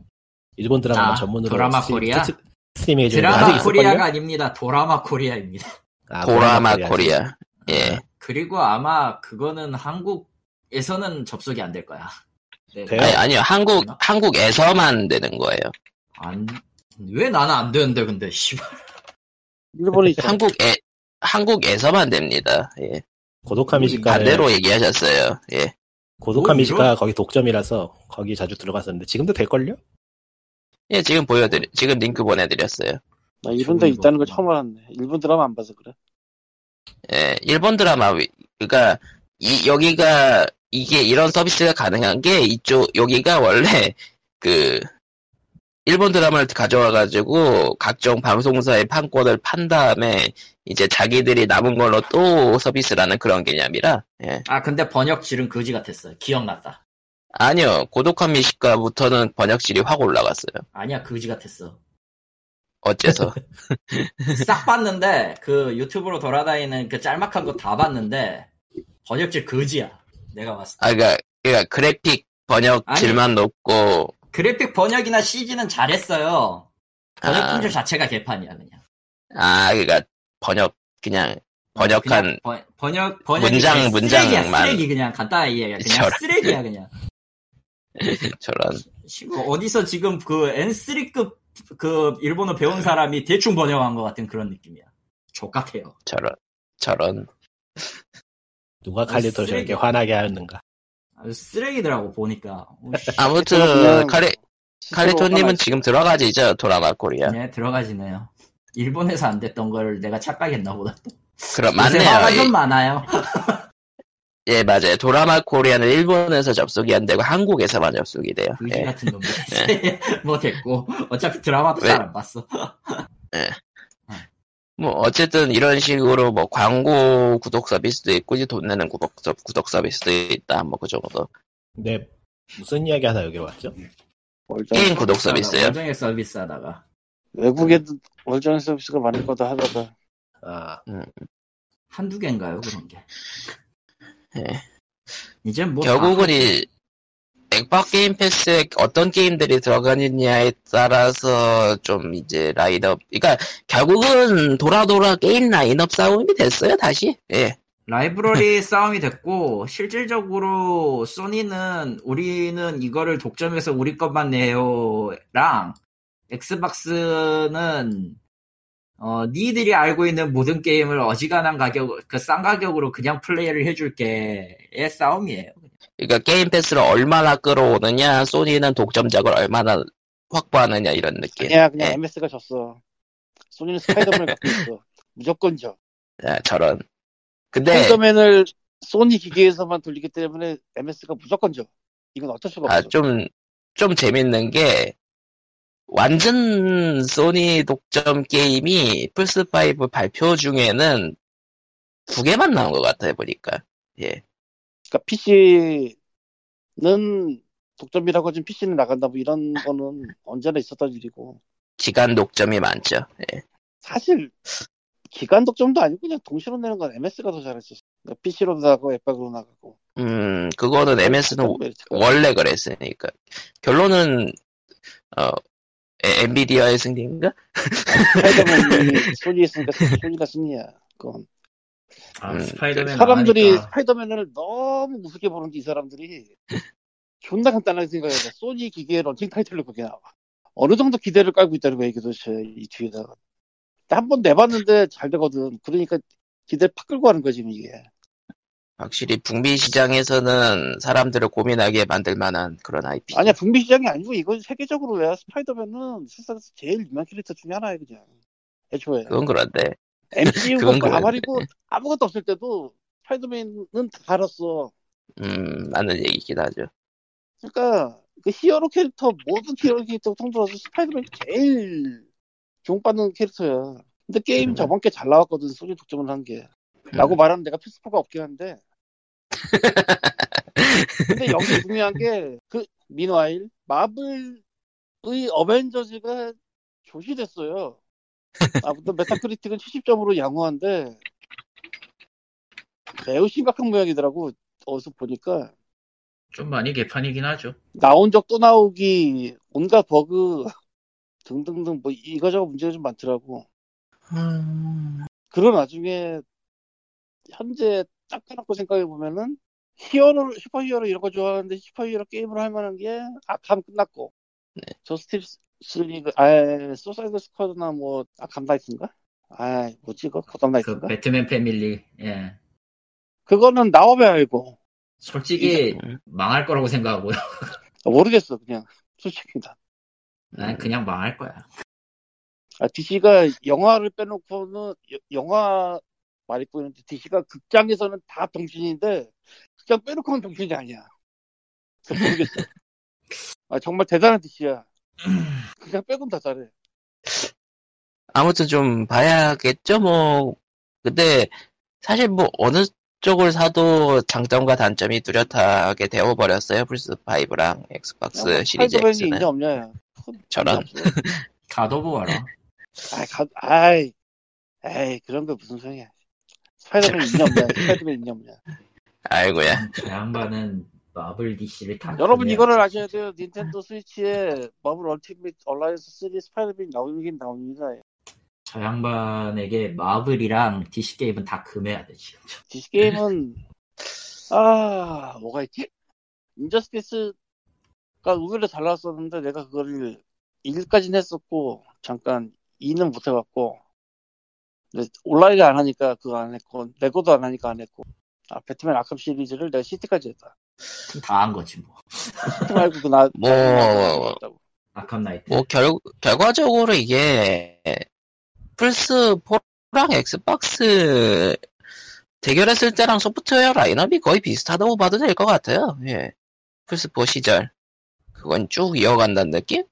S2: 일본 드라마
S3: 아,
S2: 전문으로
S3: 드라마
S2: 스트리-
S3: 코리아?
S2: 스트- 스트리밍 해주는 거 아직
S3: 드라마
S2: 있을걸요?
S3: 코리아가 아닙니다. 도라마 코리아입니다. [laughs]
S2: 아,
S1: 도라마
S2: 코리아지.
S1: 코리아. 예.
S3: 그리고 아마 그거는 한국에서는 접속이 안 될 거야. 네. 때.
S2: 돼요?
S1: 아니, 아니요. 한국, 한국에서만 되는 거예요.
S3: 안, 왜 나는 안 되는데, 근데, 씨발.
S4: 일본에 있죠.
S1: 네, 한국에, 한국에서만 됩니다. 예.
S3: 음,
S2: 고독한 미식가를
S1: 반대로 얘기하셨어요. 예.
S2: 고독한
S3: 뭐,
S2: 미식가가 거기 독점이라서 거기 자주 들어갔었는데 지금도 될걸요?
S1: 예, 지금 보여드려, 지금 링크 보내드렸어요.
S4: 나 일본 데
S3: 좋은
S4: 있다는 걸
S3: 거구나.
S4: 처음 알았네. 일본 드라마 안 봐서 그래.
S1: 예, 일본 드라마, 위- 그니까, 이, 여기가, 이게 이런 서비스가 가능한 게, 이쪽, 여기가 원래, 그, 일본 드라마를 가져와가지고, 각종 방송사의 판권을 판 다음에, 이제 자기들이 남은 걸로 또 서비스라는 그런 개념이라, 예.
S3: 아, 근데 번역질은 거지 같았어. 기억났다.
S1: 아니요, 고독한 미식가부터는 번역질이 확 올라갔어요.
S3: 아니야, 거지 같았어. [laughs]
S1: 어째서.
S3: 싹 봤는데, 그 유튜브로 돌아다니는 그 짤막한 거 다 봤는데, 번역질 거지야. 내가 봤을 때.
S1: 아, 그니까, 그니까, 그래픽 번역질만 높고,
S3: 그래픽 번역이나 CG는 잘했어요. 번역
S1: 아.
S3: 품질 자체가 개판이야, 그냥.
S1: 아, 그니까, 번역, 그냥, 번역한,
S3: 그냥 번, 번역, 번역.
S1: 문장, 문장만.
S3: 쓰레기야, 쓰레기, 그냥 간단하게 이해해. 그냥
S1: 저런.
S3: 쓰레기야, 그냥.
S1: 저런.
S3: 지금 어디서 지금 그 N3급 그 일본어 배운 사람이 대충 번역한 것 같은 그런 느낌이야. 족같아요.
S1: 저런 저런
S3: 네,
S2: 누가 칼리토를 저렇게
S3: 쓰레기.
S2: 화나게 하는가?
S3: 아주 쓰레기더라고 보니까. 오, 씨.
S1: 아무튼
S4: 그냥
S1: 칼리
S4: 실제로 화나-
S1: 칼리토님은 지금 들어가지죠 도라마 코리아
S3: 네 들어가지네요. 일본에서 안 됐던 걸 내가 착각했나 보다.
S1: 그럼
S3: 요새 화가
S1: 맞네요
S3: 좀 많아요.
S1: 예, 예, 맞아요 도라마 코리아는 일본에서 접속이 안 되고 한국에서만 접속이 돼요
S3: 그지
S1: 예.
S3: 같은 놈들. [laughs] 뭐 됐고 어차피 드라마도
S1: 왜?
S3: 잘 안 봤어.
S1: 뭐 어쨌든 이런 식으로 뭐 광고 구독 서비스도 있고 이제 돈 내는 구독 서- 구독 서비스도 있다 뭐 그 정도
S2: 근데 무슨 이야기 하다 여기 왔죠?
S4: 월정,
S1: 게임 구독
S4: 아,
S1: 서비스요
S3: 아, 원정에 서비스하다가
S4: 외국에도 월정 서비스가 많을 거다 하다가
S2: 아
S1: 음.
S3: 한두 개인가요 그런 게.
S1: 예.
S3: 이제 뭐
S1: 결국은
S3: 다-
S1: 이 액박 게임 패스에 어떤 게임들이 들어가느냐에 따라서 좀 이제 라인업, 그러니까 결국은 돌아돌아 게임 라인업 싸움이 됐어요 다시. 예.
S3: 라이브러리 싸움이 됐고 실질적으로 소니는 우리는 이거를 독점해서 우리 것만 내요랑 엑스박스는 어 니들이 알고 있는 모든 게임을 어지간한 가격 그 싼 가격으로 그냥 플레이를 해줄게의 싸움이에요.
S1: 그러니까 게임 패스를 얼마나 끌어오느냐, 소니는 독점작을 얼마나 확보하느냐 이런 느낌.
S4: 그냥 그냥
S1: 예.
S4: MS가 졌어. 소니는 스파이더맨을 갖고 있어. 무조건 져.
S1: 아, 저런. 근데
S4: 스파이더맨을 소니 기계에서만 돌리기 때문에 MS가 무조건 져. 이건 어쩔 수가
S1: 아,
S4: 없어.
S1: 좀, 좀 재밌는 게, 완전 소니 독점 게임이 플스5 발표 중에는 두 개만 나온 것 같아요, 보니까. 예.
S4: 그러니까 PC는 독점이라고 하지만 PC는 나간다 뭐 이런 거는 [laughs] 언제나 있었던 일이고
S1: 기간 독점이 많죠. 예.
S4: 사실 기간 독점도 아니고 그냥 동시로 내는 건 MS가 더 잘했었어. 그러니까 PC로 나가고 앱박으로 나가고. 뭐,
S1: 음, 그거는 MS는 [laughs] 원래 그랬으니까. 결론은, 어, 에- 엔비디아의 승리인가?
S4: 스파이더맨이 소니 있으니까 소니가 승리야. 그건
S3: 아,
S1: 음,
S3: 스파이더맨
S4: 네. 사람들이
S3: 나가니까.
S4: 스파이더맨을 너무 우습게 보는 게 이 사람들이 [laughs] 존나 간단하게 생각해요. 그러니까 소니 기계 런칭 타이틀로 그게 나와. 어느 정도 기대를 깔고 있다는 거야 이게 도대체 이 뒤에다가. 한 번 내봤는데 잘 되거든. 그러니까 기대를 팍 끌고 가는 거지 이게.
S1: 확실히 북미 시장에서는 사람들을 고민하게 만들 만한 그런 IP.
S4: 아니야 북미 시장이 아니고 이건 세계적으로 왜 스파이더맨은 세상에서 제일 유명한 캐릭터 중에 하나야 그냥. 애초에.
S1: 그건 그런데.
S4: MCU가
S1: 그건 그래.
S4: 뭐 아마리고 아무것도 없을 때도 스파이더맨은 다 알았어.
S1: 음, 맞는 얘기긴 하죠.
S4: 그러니까 그 히어로 캐릭터 모든 히어로 캐릭터 통틀어서 스파이더맨이 제일 주목받는 캐릭터야. 근데 게임
S1: 음.
S4: 저번 게 잘 나왔거든 소니 독점을 한 게. 라고 말하면 내가 필수포가 없긴 한데. 근데 여기 중요한 게 그 민화일 마블의 어벤져즈가 조시됐어요. 아무튼 메타크리틱은 70점으로 양호한데 매우 심각한 모양이더라고 어디서 보니까
S3: 좀 많이 개판이긴 하죠.
S4: 나온 적 또 나오기 온갖 버그 등등등 뭐 이거저거 문제가 좀 많더라고 그런 와중에 현재 딱 해놓고 생각해 보면은 히어로 슈퍼히어로 이런 거 좋아하는데 슈퍼히어로 게임으로 할 만한 게 아캄 끝났고
S3: 네.
S4: 저스티스 리그 아 소사이드 스쿼드나 뭐 아캄 나이트인가? 아 뭐지 그거 고담
S3: 그
S4: 나이트인가?
S3: 배트맨 패밀리 예
S4: 그거는 나오면 알고
S3: 솔직히
S1: 음.
S3: 망할 거라고 생각하고요
S4: 모르겠어 그냥 솔직히 다
S3: 난 그냥 망할 거야
S4: 아, DC가 영화를 빼놓고는 여- 영화 말이 보이는데 DC가 극장에서는 다 병신인데 극장 빼놓고는 병신이 아니야. 그래서 모르겠어. 아 정말 대단한 DC야. 극장 빼곤 다 잘해.
S1: 아무튼 좀 봐야겠죠, 뭐. 근데 사실 뭐 어느 쪽을 사도 장점과 단점이 뚜렷하게 되어버렸어요. 플스5랑 엑스박스 시리즈
S4: 어, 파이더맨이 있냐
S1: X는.
S4: 없냐? 그건
S1: 저런.
S4: 없어.
S3: 가도보아라
S4: 아이, 가, 아이, 에이 그런 거 무슨 소리야. 스파이더맨 있냐 없냐? 스파이더맨 있냐 없냐?
S1: 아이고야.
S3: 저 양반은 마블 DC를 다
S4: 여러분
S3: 그냥-
S4: 이거를 아셔야 돼요. 닌텐도 스위치에 마블 얼티밋 얼라이언스 3 스파이더맨 나오긴 나옵니다.
S3: 저 양반에게 마블이랑 DC 게임은 다 금해야 돼 지금
S4: 디스 게임은 아 뭐가 있지? 인저스티스가 의외로 잘 나왔었는데 내가 그거를 1까지는 했었고 잠깐 2는 못 해봤고 근데 온라인을 안 하니까 그거 안 했고 레고도 안 하니까 안 했고 아 배트맨 아캄 시리즈를 내가 시티까지 했다
S3: 다 한 거지 뭐
S4: 시티 말고 그나
S1: [laughs] 뭐,
S3: 아캄 나이트
S1: 뭐 결, 결과적으로 이게 플스4랑 엑스박스 대결했을 때랑 소프트웨어 라인업이 거의 비슷하다고 봐도 될 것 같아요. 예. 플스4 시절. 그건 쭉 이어간다는 느낌?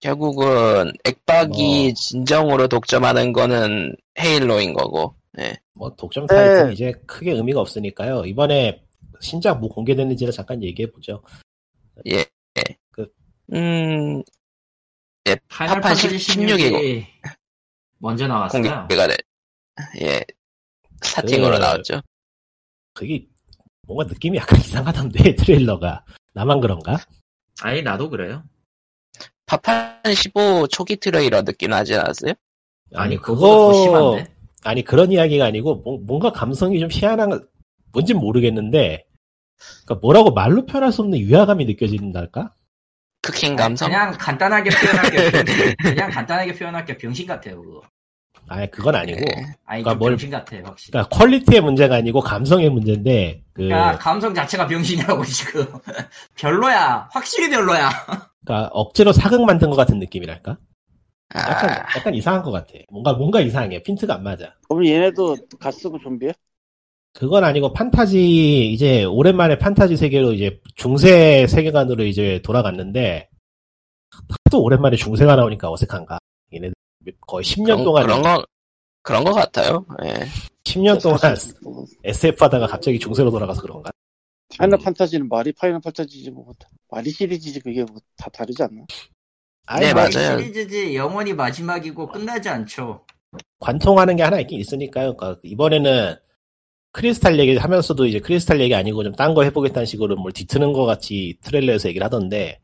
S1: 결국은 액박이
S3: 어.
S2: 뭐.
S1: 진정으로 독점하는 거는 헤일로인 거고. 예.
S2: 뭐 독점 타이틀
S4: 네.
S2: 이제 크게 의미가 없으니까 이번에 신작 뭐 공개됐는지를 잠깐 얘기해 보죠.
S1: 음,
S3: 파이널
S1: 파판
S3: 판타지 16이 먼저 나왔어요
S1: 공개가 돼. 예. 스타팅으로
S3: 네.
S2: 그-
S1: 나왔죠.
S2: 그게 뭔가 느낌이 약간 [laughs] 이상하던데 트레일러가 나만 그런가?
S3: 아니 나도 그래요
S1: 파판 15 초기 트레일러 느낌 나지 않았어요?
S3: 아니 그거 더 심한데
S2: 아니 그런 이야기가 아니고 뭐- 뭔가 감성이 좀 희한한 뭔진 모르겠는데 그러니까 뭐라고 말로 표현할 수 없는 유화감이 느껴진달까?
S1: 크킹 감성?
S3: 그냥 간단하게 표현할게 그냥 간단하게 표현할게 병신 같아요 그거
S2: 아예 그건 아니고
S3: 네.
S1: 예.
S3: 아니
S2: 그러니까
S3: 좀
S2: 뭘-
S3: 병신 같아요 확실히
S2: 그러니까 퀄리티의 문제가 아니고 감성의 문제인데 그
S3: 그러니까 감성 자체가 병신이라고 지금 [laughs] 별로야 확실히 별로야
S2: 그러니까 억지로 사극 만든 것 같은 느낌이랄까? 약간
S1: 아,
S2: 약간 이상한 것 같아. 뭔가 뭔가 이상해. 핀트가 안 맞아.
S4: 그럼 얘네도 가스고 좀비야?
S2: 그건 아니고 판타지 이제 오랜만에 판타지 세계로 이제 중세 세계관으로 이제 돌아갔는데 하도 오랜만에 중세가 나오니까 어색한가? 얘네들 거의 10년
S1: 그런,
S2: 동안
S1: 그런 거 그런 거 같아요. 예.
S2: 10년 동안 [laughs]
S4: 사실 뭐,
S2: SF 하다가 갑자기 중세로 돌아가서 그런가?
S4: 파이널 판타지는 말이 파이널 판타지지 뭐 말이 시리즈지 그게 뭐 다 다르지 않나?
S2: 아니,
S1: 네,
S2: 뭐
S1: 맞아요.
S3: 시리즈지 영원히 마지막이고 끝나지 않죠
S2: 관통하는 게 하나 있긴 있으니까요. 그러니까 이번에는 크리스탈 얘기 하면서도 이제 크리스탈 얘기 아니고 좀 딴 거 해보겠다는 식으로 뭘 뒤트는 것 같이 트레일러에서 얘기를 하던데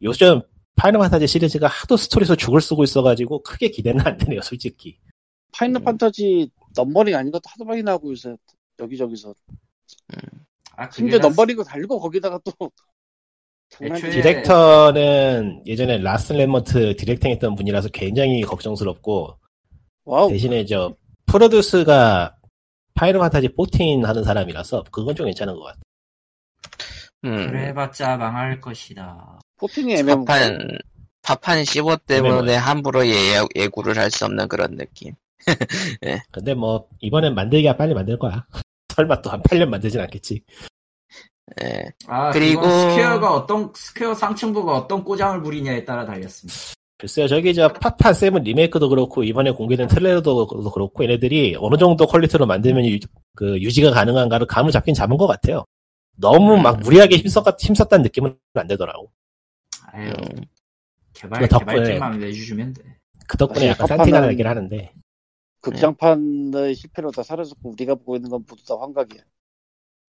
S2: 요즘 파이널 판타지 시리즈가 하도 스토리에서 죽을 쓰고 있어가지고 크게 기대는 안 되네요, 솔직히.
S4: 파이널
S1: 음.
S4: 판타지 넘버링 아닌 것도 하도 많이 나오고 요새 여기저기서
S3: 아, 그게
S4: 심지어
S3: 다
S4: 넘버링을 달고 거기다가 또 [laughs] 장난이
S3: 애초에-
S4: 디렉-
S2: 디렉터는 예전에 라스 레먼트 디렉팅 했던 분이라서 굉장히 걱정스럽고
S4: 와우
S2: 대신에 저 프로듀스가 파이널 판타지 14 하는 사람이라서 그건 좀 괜찮은 것 같아요.
S1: 음.
S3: 그래봤자 망할 것이다
S4: 포팅이 애매한 거.
S1: 파판 네. 파판 15
S2: 네,
S1: 때문에 함부로 예, 예구를 할 수 없는 그런 느낌.
S2: 근데 뭐 이번엔 만들기야 빨리 만들 거야. [laughs] 설마 또 한 8년 만들진 않겠지.
S1: 예.
S3: 아,
S1: 그리고-
S3: 그리고 스퀘어가 어떤 스퀘어 상층부가 어떤 꼬장을 부리냐에 따라 달렸습니다.
S2: 글쎄요 저기 저 파파 세븐 리메이크도 그렇고 이번에 공개된 트레일러도 그렇고 얘네들이 어느 정도 퀄리티로 만들면 유, 그 유지가 가능한가를 감을 잡긴 잡은 것 같아요. 너무 막 무리하게 힘썼, 힘썼다는 느낌은 안 되더라고. 네.
S3: 아유,
S1: 음.
S3: 개발
S2: 그 덕분에-
S3: 개발팀만 내주면 돼.
S2: 그 덕분에 약간
S4: 파파는-
S2: 산티가 나긴 하는데
S4: 극장판의 실패로 다 사라졌고 우리가 보고 있는 건 모두 다 환각이야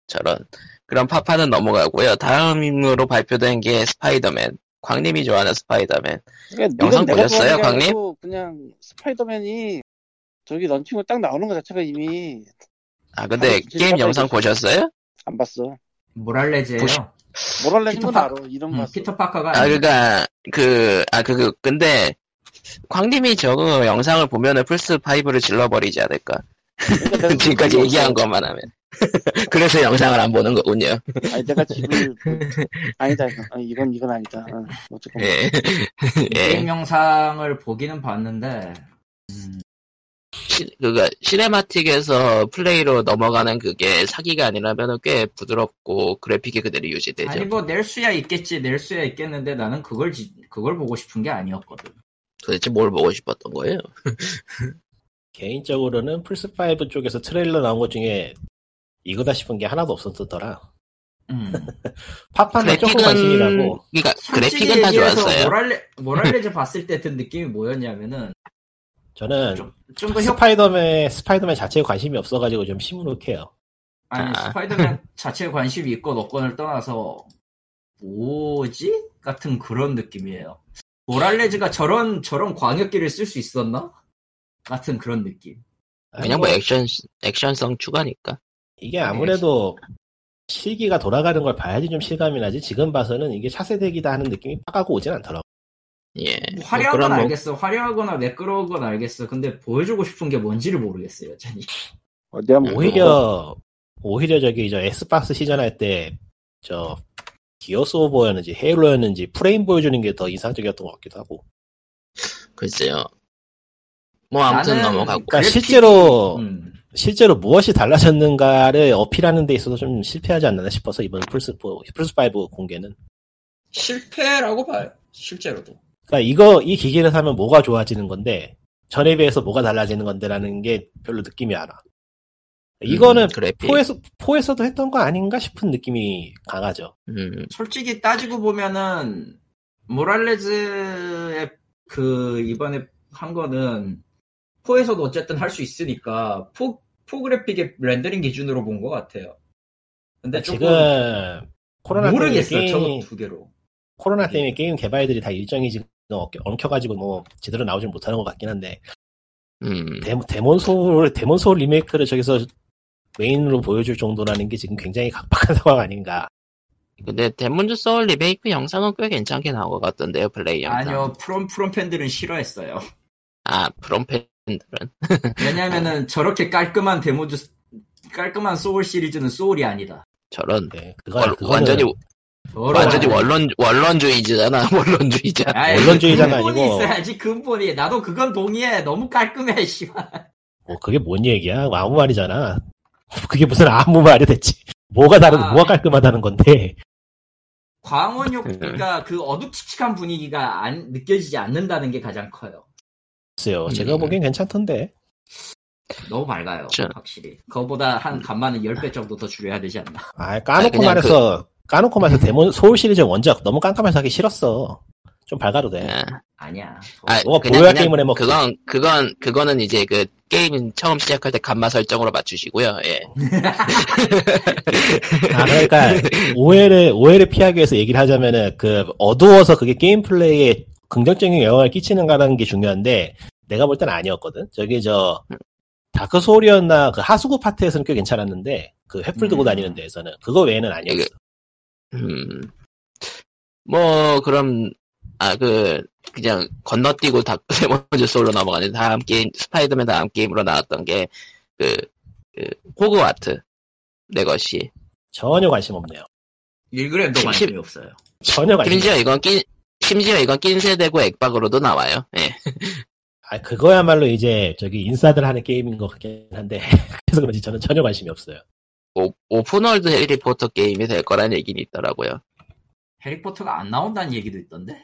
S1: 저런 그런 파판은 넘어가고요. 다음으로 발표된 게 스파이더맨. 광님이 좋아하는 스파이더맨.
S4: 그러니까
S1: 영상
S4: 이건 내가
S1: 보셨어요,
S4: 좋아하는 게
S1: 강님?
S4: 아니고 그냥 스파이더맨이 저기 런칭을 딱 나오는 것 자체가 이미
S1: 아 근데
S4: 아, 진짜
S1: 게임 영상
S4: 깜짝이야.
S1: 보셨어요?
S4: 안 봤어.
S3: 모랄레즈예요.
S1: 보시-
S4: 모랄레즈는
S3: 피터 파-
S4: 알아. 이름
S3: 음,
S4: 봤어.
S3: 피터 파커가
S1: 아,
S3: 아니고
S1: 그니까, 그, 아, 그, 그, 근데, 광님이 저거 영상을 보면은 플스5를 질러버리지 않을까.
S4: 그러니까 내가
S1: 지금까지
S4: 집을-
S1: 얘기한 것만 하면. [laughs] 그래서 영상을 안 보는 거군요.
S4: 아니 내가
S1: [laughs]
S4: 집을 아니다. 이건 아니, 이건, 이건 아니다. 어, 어쨌건
S3: 네.
S1: 예. [laughs]
S3: 게임
S1: 예.
S3: 영상을 보기는 봤는데
S1: 시, 그거, 시네마틱에서 플레이로 넘어가는 그게 사기가 아니라면 꽤 부드럽고 그래픽이 그대로 유지되죠.
S3: 아니 뭐 낼 수야 있겠지 낼 수야 있겠는데 나는 그걸 지- 그걸 보고 싶은 게 아니었거든.
S1: 도대체 뭘 보고 싶었던 거예요?
S2: 개인적으로는 플스5 쪽에서 트레일러 나온 것 중에 이거다 싶은 게 하나도 없었더라.
S3: 음.
S2: 팝판에 조금 관심이 가고.
S1: 그러니까
S3: 솔직히
S1: 그래픽은 다
S3: 얘기해서
S1: 좋았어요.
S3: 모랄레 모랄레즈 봤을 때 든 느낌이 뭐였냐면은
S1: 네.
S2: 저는
S3: 좀 더 효과
S2: 스파이더맨, 스파이더맨 자체에 관심이 없어가지고 좀 시무룩해요.
S3: 아니
S1: 아.
S3: 스파이더맨 자체에 관심이 있건 없건을 떠나서 뭐지 같은 그런 느낌이에요. 모랄레즈가 저런 저런 광역기를 쓸 수 있었나 같은 그런 느낌.
S1: 그냥 뭐 액션 액션성 추가니까.
S2: 이게 아무래도 시기가 돌아가는 걸 봐야지 좀 실감이 나지 지금 봐서는 이게 차세대기다 하는 느낌이 빡 하고 오진 않더라고.
S1: 예.
S3: 뭐
S1: 뭐
S3: 화려한
S1: 그런
S3: 건
S1: 뭐-
S3: 알겠어. 화려하거나 매끄러운 건 알겠어. 근데 보여주고 싶은 게 뭔지를 모르겠어요. 여전히.
S4: 어, 내가 뭐
S2: 오히려 오히려 저기 저 엑스박스 시전할 때 저 기어스 오버였는지 헤일로였는지 프레임 보여주는 게 더 인상적이었던 것 같기도 하고.
S1: 글쎄요. 뭐 아무튼
S3: 나는-
S1: 넘어가고.
S2: 그러니까
S3: 그래픽이-
S1: 어.
S2: 실제로
S3: 음.
S2: 실제로 무엇이 달라졌는가를 어필하는 데 있어서 좀 실패하지 않나 싶어서 이번 플스 플스 5 공개는.
S3: 실패라고 봐요. 실제로도.
S2: 그러니까 이거 이 기기를 사면 뭐가 좋아지는 건데 전에 비해서 뭐가 달라지는 건데라는 게 별로 느낌이 안 와. 이거는
S1: 음, 그래픽.
S2: 포에서 포에서도 했던 거 아닌가 싶은 느낌이 강하죠.
S1: 음,
S3: 솔직히 따지고 보면은 모랄레즈의 그 이번에 한 거는 포에서도 어쨌든 할 수 있으니까 포, 포 그래픽의 렌더링 기준으로 본 것 같아요. 근데 조금
S2: 지금 코로나 때문에
S3: 모르겠어요. 예.
S2: 게임,
S3: 저거 두 개로.
S2: 코로나 때문에 게임 개발들이 다 일정이 지금 엉켜- 엉켜가지고 뭐 제대로 나오질 못하는 것 같긴 한데
S1: 음.
S2: 데, 데몬 소울 데몬 소울 리메이크를 저기서 메인으로 보여줄 정도라는 게 지금 굉장히 각박한 [laughs] 상황 아닌가.
S1: 근데 데몬즈 소울 리메이크 영상은 꽤 괜찮게 나온 것 같던데요, 플레이 영상.
S3: 아니요, 프롬 프롬 팬들은 싫어했어요.
S1: 아, 프롬팬들은.
S3: 왜냐면은 저렇게 깔끔한 데모즈 깔끔한 소울 시리즈는 소울이 아니다.
S1: 저런.
S2: 네, 그거
S1: 월-
S2: 그거는
S1: 아, 완전히
S3: 더러워요.
S1: 완전히 원론 원론주의잖아. [laughs] 원론주의자.
S3: 아이,
S2: 원론주의자는
S3: 근본이
S2: 아니고.
S3: 있어야지 근본이. 나도 그건 동의해. 너무 깔끔해, 씨발.
S2: 뭐 그게 뭔 얘기야? 아무 말이잖아. [laughs] 그게 무슨 아무 말이 됐지? 뭐가 다른
S3: 아.
S2: 뭐가 깔끔하다는 건데?
S3: 광원역
S2: 네.
S3: 그러니까 그 어둡칙칙한 분위기가 안- 느껴지지 않는다는 게 가장 커요.
S2: 글쎄요. 제가
S1: 음.
S2: 보기엔 괜찮던데.
S3: 너무 밝아요,
S1: 저-
S3: 확실히. 그거보다 한 간만은 10배 정도 더 줄여야 되지 않나.
S2: 아
S1: 아니,
S2: 까놓고
S1: 그냥
S2: 말해서 까놓고 말해서 데몬 소울 시리즈 원작 너무 깜깜해서 하기 싫었어. 좀 밝아도 돼.
S1: 예.
S3: 아니야.
S1: 아,
S2: 뭐가
S1: 그냥-
S2: 보여야
S1: 그냥
S2: 게임을 해먹지.
S1: 그건 그건 그거는 이제 그 게임 처음 시작할 때 감마 설정으로 맞추시고요. 예.
S2: 아, 그러니까 오해를 오해를 피하기 위해서 얘기를 하자면은 그 어두워서 그게 게임 플레이에 긍정적인 영향을 끼치는가라는 게 중요한데 내가 볼 땐 아니었거든. 저기 저 다크 소울이었나 그 하수구 파트에서는 꽤 괜찮았는데 그 횃불 들고
S3: 음.
S2: 다니는 데에서는 그거 외에는 아니었어.
S1: 음. 뭐 그럼 아 그 그냥 건너뛰고 다 [laughs] 먼저 소울로 넘어가는 다음 게임 스파이더맨 다음 게임으로 나왔던 게 그 그, 호그와트 네 레거시
S2: 전혀 관심 없네요.
S3: 1그램도 관심이
S1: 십-
S3: 없어요.
S2: 전혀 관심. 없
S1: 심지어 이건 낀 심지어 이건 낀세대고 액박으로도 나와요. 예.
S2: 아 그거야말로 이제 저기 인싸들 하는 게임인 것 같긴 한데 [laughs] 그래서 그런지 저는 전혀 관심이 없어요.
S1: 오- 오픈월드 해리포터 게임이 될 거란 얘기는 있더라고요.
S3: 해리포터가 안 나온다는 얘기도 있던데?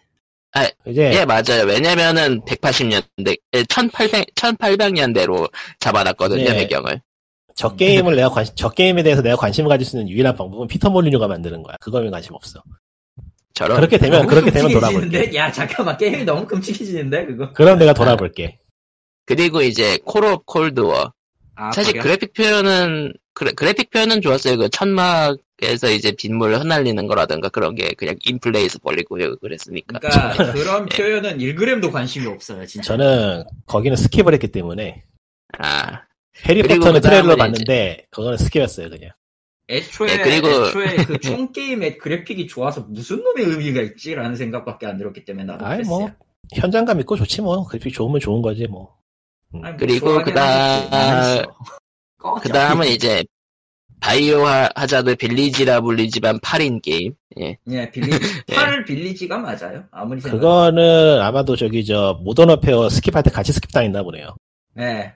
S2: 이제
S1: 예, 맞아요. 왜냐면은 180년대, 1800, 1800년대로 잡아놨거든요,
S2: 네.
S1: 배경을.
S2: 저 게임을 내가 관심, 저 게임에 대해서 내가 관심을 가질 수 있는 유일한 방법은 피터 몰리뉴가 만드는 거야. 그거면 관심 없어.
S1: 저런.
S2: 그렇게 되면
S3: 너무
S2: 그렇게 되면
S3: 끔찍해지는데?
S2: 돌아볼게.
S3: 야, 잠깐만. 게임이 너무 끔찍해지는데, 그거?
S2: 그럼 내가 돌아볼게.
S1: 그리고 이제 콜 오브 콜드워.
S3: 아,
S1: 사실
S3: 버려.
S1: 그래픽 표현은 그래, 그래픽 표현은 좋았어요. 그 천막에서 이제 빗물 흩날리는 거라든가 그런 게 그냥 인플레이에서 벌리고 그랬으니까.
S3: 그러니까
S2: 네.
S3: 그런 표현은 1그램도 관심이 없어요, 진짜.
S2: 저는 거기는 스킵을 했기 때문에
S1: 아, 그리고 그
S2: 해리포터는 트레일러
S1: 다음은
S2: 봤는데 그거는 스킵했어요 그냥.
S3: 애초에
S1: 네, 그리고-
S3: 애초에 그 총 게임의 그래픽이 좋아서 무슨 놈의 의미가 있지라는 생각밖에 안 들었기 때문에 나도
S2: 아이
S3: 그랬어요.
S2: 뭐 현장감 있고 좋지 뭐 그래픽 좋으면 좋은 거지 뭐
S3: 아니, 뭐
S1: 그리고
S3: 좋아하긴
S1: 그다음-
S3: 하겠지. 나는 있어. 꺼져.
S1: 그 다음은 이제 바이오 하- 하자드 빌리지라 불리지만 8인 게임. 예.
S3: [laughs] 예, 빌리지 팔 빌리지가 맞아요. 아무리 생각. 그거...
S2: 그거는 아마도 저기 저 모던 어페어 스킵할 때 같이 스킵 당했나 보네요 [laughs]
S3: 네.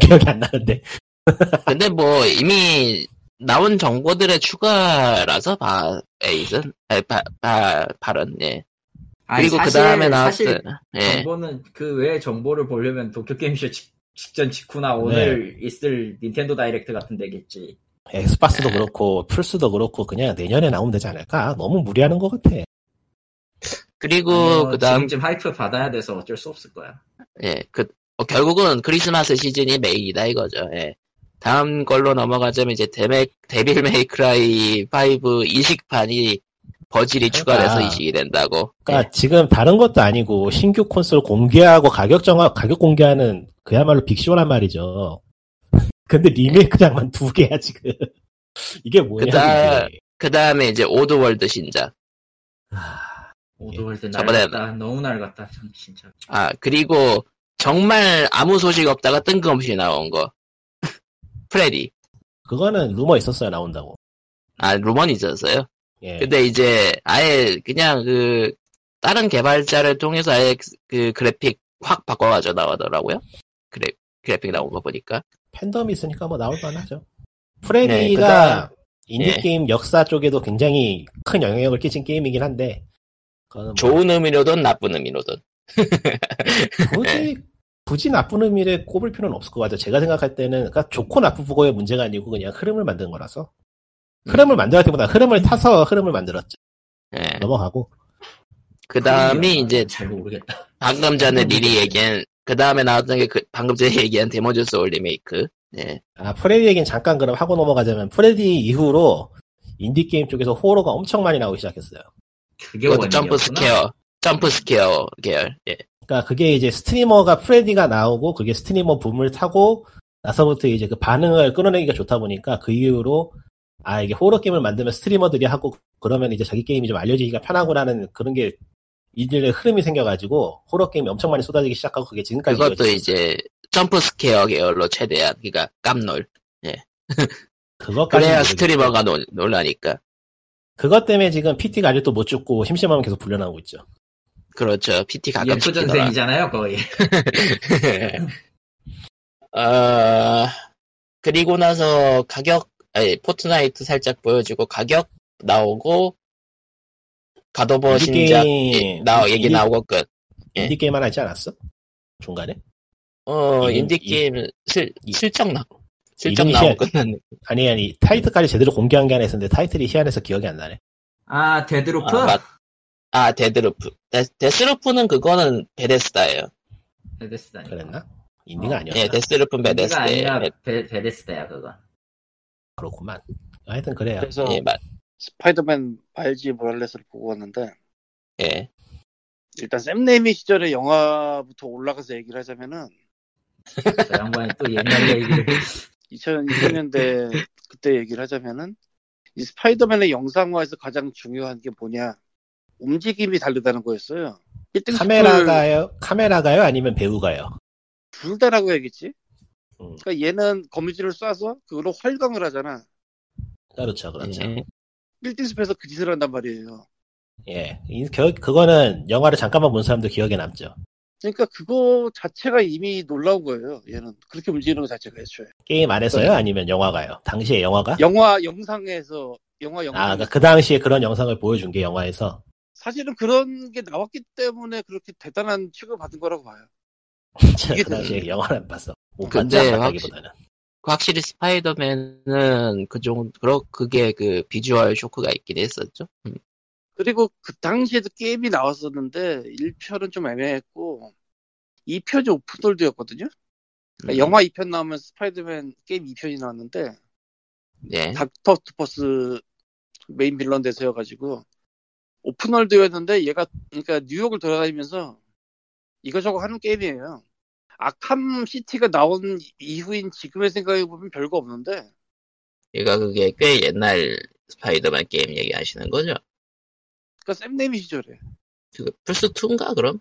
S2: 기억이 안 나는데
S1: 근데 뭐 이미 나온 정보들의 추가라서 바 에이슨 아, 바, 바 발언 예.
S3: 아니,
S1: 그리고 그
S3: 사실-
S1: 다음에 나왔어.
S3: 사실
S1: 예.
S3: 정보는 그 외에 정보를 보려면 도쿄 게임쇼 직, 전 직후나 오늘 있을 닌텐도 다이렉트 같은 데겠지.
S2: 엑스박스도 그렇고 플스도 그렇고 그냥 내년에 나오면 되지 않을까 너무 무리하는 것 같아
S1: 그리고 그 다음
S3: 지금쯤 하이프 받아야 돼서 어쩔 수 없을 거야.
S1: 예. 그 어, 결국은 크리스마스 시즌이 메이다 이거죠. 예. 다음 걸로 넘어가자면 이제 데메, 데빌 메이크라이 5 이식판이 버질이
S3: 그러니까
S1: 추가돼서 이식이 된다고. 예.
S2: 그러니까 지금 다른 것도 아니고 신규 콘솔 공개하고 가격 정하 가격 공개하는 그야말로 빅쇼란 말이죠. [laughs] 근데 리메이크장만 두 개야 지금. [laughs] 이게 뭐냐?
S1: 그다-
S2: 이게.
S1: 그 다음에 이제 오드월드 신작. 예.
S3: 오도월드 날
S1: 저번에
S3: 같다. 너무 날 같다. 참 진짜.
S1: 아, 그리고 정말 아무 소식 없다가 뜬금없이 나온 거. [laughs] 프레디.
S2: 그거는 루머 있었어요 나온다고.
S1: 아, 루머는 있었어요.
S2: 예.
S1: 근데 이제 아예 그냥 그 다른 개발자를 통해서 아예 그 그래픽 확 바꿔가지고 나오더라고요. 그래, 그래픽 나온 거 보니까.
S2: 팬덤이 있으니까 뭐 나올 만하죠.
S1: 네,
S2: 프레디가
S1: 그다음-
S2: 인디
S1: 예.
S2: 게임 역사 쪽에도 굉장히 큰 영향을 끼친 게임이긴 한데. 그거는 뭐
S1: 좋은 의미로든 나쁜 의미로든. 네.
S2: 굳이 굳이 나쁜 의미를 꼽을 필요는 없을 것 같아요. 제가 생각할 때는 그러니까 좋고 나쁘고의 문제가 아니고 그냥 흐름을 만든 거라서 흐름을 만들었기보다 흐름을 타서 흐름을 만들었죠.
S1: 예.
S2: 넘어가고
S1: 그 다음에 이제
S3: 아, 잘 모르겠다.
S1: 방금 전에 미리 얘기한, 그 다음에 나왔던 게 그, 방금 전에 [laughs] 얘기한 데모즈 소울 리메이크. 예.
S2: 아 프레디 얘기는 잠깐 그럼 하고 넘어가자면 프레디 이후로 인디 게임 쪽에서 호러가 엄청 많이 나오기 시작했어요.
S3: 그게
S1: 이것도 점프
S3: 원인이었구나.
S1: 스퀘어. 점프 스퀘어 계열. 예.
S2: 그러니까 그게 이제 스트리머가 프레디가 나오고 그게 스트리머 붐을 타고 나서부터 이제 그 반응을 끌어내기가 좋다 보니까 그 이후로 아 이게 호러 게임을 만들면 스트리머들이 하고 그러면 이제 자기 게임이 좀 알려지기가 편하구나는 그런 게 이들의 흐름이 생겨가지고 호러 게임이 엄청 많이 쏟아지기 시작하고 그게 지금까지
S1: 그것도
S2: 그러니까 이어졌어요.
S1: 이제 점프 스퀘어 계열로 최대한 그러니까 깜놀
S2: 그것까지
S1: 그래야
S2: 모르겠-
S1: 스트리머가 놀, 놀라니까
S2: 그것 때문에 지금 PT가 아직도 못 죽고 심심하면 계속 불려나오고 있죠.
S1: 그렇죠 PT 가끔
S3: 연프
S1: 시키더라
S3: 전생이잖아요
S1: [laughs]
S3: 거의.
S1: 어, 그리고 나서 가격 아니, 포트나이트 살짝 보여주고 가격 나오고 가도버
S2: 인디
S1: 신작
S2: 게임-
S1: 예, 어, 나 얘기
S2: 인디-
S1: 나오고 끝. 예.
S2: 인디 게임 하나 있지 않았어? 중간에?
S1: 어
S2: 인-
S1: 인디
S2: 인-
S1: 게임 슬
S2: 이-
S1: 슬쩍 나 슬쩍 나오고
S2: 이름이 [laughs] 희한-
S1: 끝났네.
S2: 아니 아니 타이틀까지 제대로 공개한 게 하나 있었는데 타이틀이 희한해서 기억이 안 나네.
S3: 아 데드로프.
S1: 아, 맞- 아 데드루프 데, 데스루프는 그거는 베데스다예요.
S3: 베데스다니까.
S2: 그랬나? 인디가 아니었나?
S1: 예, 데스루픈
S3: 베데스다
S1: 베데스다.
S3: 아니라
S1: 예,
S3: 베, 베데스다야 그건.
S2: 그렇구만. 하여튼 그래요.
S4: 그래서
S1: 예, 맞,
S4: 스파이더맨 말지 모랄레스를 보고 왔는데
S1: 예.
S4: 일단 샘 네이미 시절의 영화부터 올라가서 얘기를 하자면은
S3: 저 양반이 또 옛날 얘기를.
S2: [laughs]
S4: 2006년대 그때 얘기를 하자면은 이 스파이더맨의 영상화에서 가장 중요한 게 뭐냐 움직임이 다르다는 거였어요. 1등
S2: 카메라가요? 카메라가요? 아니면 배우가요?
S4: 둘 다라고 해야겠지.
S2: 음.
S4: 그러니까 얘는 거미줄을 쏴서 그걸로 활강을 하잖아.
S2: 그렇죠, 그렇죠.
S1: 예.
S4: 1등 숲에서 그 짓을 한단 말이에요.
S2: 예. 이- 겨- 그거는 영화를 잠깐만 본 사람도 기억에 남죠.
S4: 그러니까 그거 자체가 이미 놀라운 거예요. 얘는 그렇게 움직이는 것 자체가 애초에
S2: 게임
S1: 네.
S2: 안에서요? 아니면 영화가요? 당시에 영화가?
S4: 영화 영상에서 영화 영상
S2: 아, 그러니까 그 당시에 그런 영상을 보여준 게 영화에서.
S4: 사실은 그런 게 나왔기 때문에 그렇게 대단한 취급 받은 거라고 봐요.
S2: 제가
S4: 이게
S2: 그 당시에 영화를 안 봤어. 못
S1: 근데
S2: 봤죠, 안 봤다기보다는.
S1: 그 확실히 스파이더맨은 그 종, 그러, 그게 그 비주얼 쇼크가 있긴 했었죠. 음.
S4: 그리고 그 당시에도 게임이 나왔었는데 1편은 좀 애매했고 2편이 오픈월드였거든요.
S1: 음.
S4: 그러니까 영화 2편 나오면 스파이더맨 게임 2편이 나왔는데
S1: 예.
S4: 닥터 옥토퍼스 메인 빌런 대세여가지고 오픈월드였는데 얘가 그러니까 뉴욕을 돌아다니면서 이거저거 하는 게임이에요. 아캄 시티가 나온 이후인 지금의 생각해 보면 별거 없는데
S1: 그러니까 그게 꽤 옛날 스파이더맨 게임 얘기하시는 거죠?
S4: 그러니까 샘네미 시절에.
S1: 그 플스 2인가 그럼?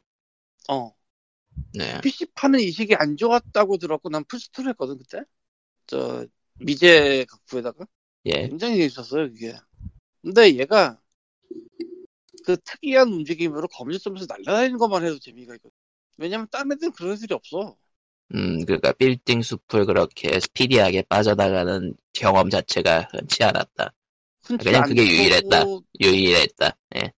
S4: 어.
S1: 네.
S4: PC 파는 이식이 안 좋았다고 들었고 난 플스 2를 했거든 그때. 저 미제 각부에다가
S1: 예.
S4: 굉장히 재밌었어요 그게. 근데 얘가 그 특이한 움직임으로 검지점에서 날아다니는 것만 해도 재미가 있거든. 왜냐면 딴 애들은 그런 애들이 없어.
S1: 음, 그러니까 빌딩 숲을 그렇게 스피디하게 빠져나가는 경험 자체가 흔치 않았다.
S4: 흔치
S1: 그냥 그게
S4: 않고
S1: 유일했다. 유일했다. 예.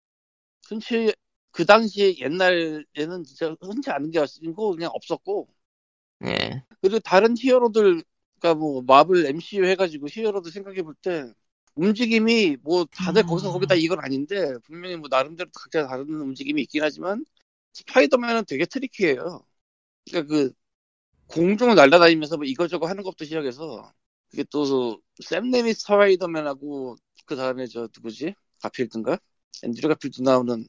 S4: 흔치 그 당시에 옛날에는 진짜 흔치 않은 게 아니고 그냥 없었고
S1: 예.
S4: 그리고 다른 히어로들 그러니까 뭐 마블 MCU 해가지고 히어로들 생각해 볼 때 움직임이 뭐 다들
S3: 음.
S4: 거기서 거기다 이건 아닌데 분명히 뭐 나름대로 각자 다른 움직임이 있긴 하지만 스파이더맨은 되게 트리키해요. 그러니까 그 공중을 날아다니면서 뭐 이거저거 하는 것부터 시작해서 그게 또샘 네미 스파이더맨하고 그 다음에 저 누구지 가필드인가 앤드류 가필드 나오는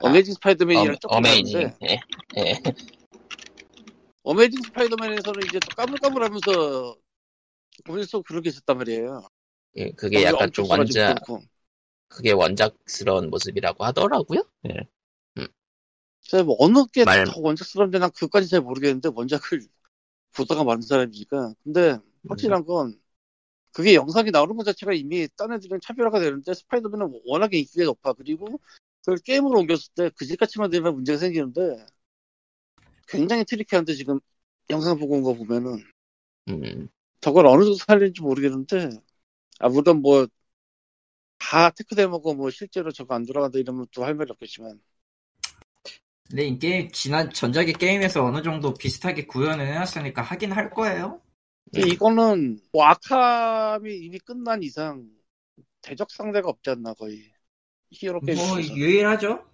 S4: 어메이징 스파이더맨이랑 조금
S1: 어메이징.
S4: 다른데
S1: 예. 예.
S4: 어메이징 스파이더맨에서는 이제 또 까불까불하면서 거기서 그렇게 있었단 말이에요. 아,
S1: 예, 그게 약간 좀
S4: 엄청
S1: 원작,
S4: 쏟아지고 그렇고.
S1: 그게 원작스러운 모습이라고 하더라고요. 예.
S4: 제가 뭐 어느 게 더
S1: 말-
S4: 원작스러운데 난 그것까지 잘 모르겠는데 원작을 보다가 많은 사람이니까. 근데
S1: 음.
S4: 확실한 건 그게 영상이 나오는 것 자체가 이미 딴 애들은 차별화가 되는데 스파이더맨은 워낙에 인기가 높아. 그리고 그걸 게임으로 옮겼을 때 그지같이 만들면 문제가 생기는데 굉장히 트리키한데 지금 영상 보고 온 거 보면은
S1: 음.
S4: 저걸 어느 정도 살리는지 모르겠는데, 아, 물론 뭐, 다 테크데모고 뭐 실제로 저거 안 돌아간다 이러면 또 할 말이 없겠지만,
S3: [laughs] 근데 이 게임 지난 전작의 게임에서 어느 정도 비슷하게 구현을 해놨으니까 하긴 할 거예요.
S4: 근데 이거는 뭐 아캄이 이미 끝난 이상 대적 상대가 없지 않나 거의 히어로 게임.
S3: 뭐
S4: 중에서.
S3: 유일하죠.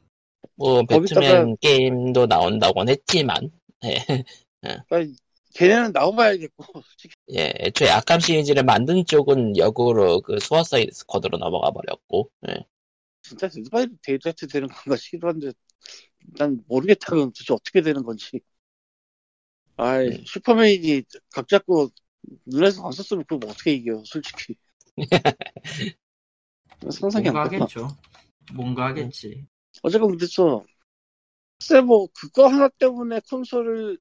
S1: 뭐,
S4: 거기다가-
S1: 배트맨 게임도 나온다곤 했지만, 예. [laughs]
S4: 그러니까 걔네는 나와봐야겠고, 솔직히
S1: 예, 애초에 악감 시리즈를 만든 쪽은 역으로 그 수어사이드 스쿼드로 넘어가 버렸고, 예.
S4: 진짜 누가 데이트 되는 건가 싶기도 한데, 난 모르겠다 그건 도대체 어떻게 되는 건지. 아이
S1: 네.
S4: 슈퍼맨이 각 잡고 눈에서 안 썼으면 그걸 뭐 어떻게 이겨
S3: [laughs]
S4: 솔직히. 상상이
S3: 뭔가
S4: 안 가.
S3: 하겠죠. 뭔가 하겠지.
S4: 어쨌건 그랬어. 글쎄 뭐 그거 하나 때문에 콘솔을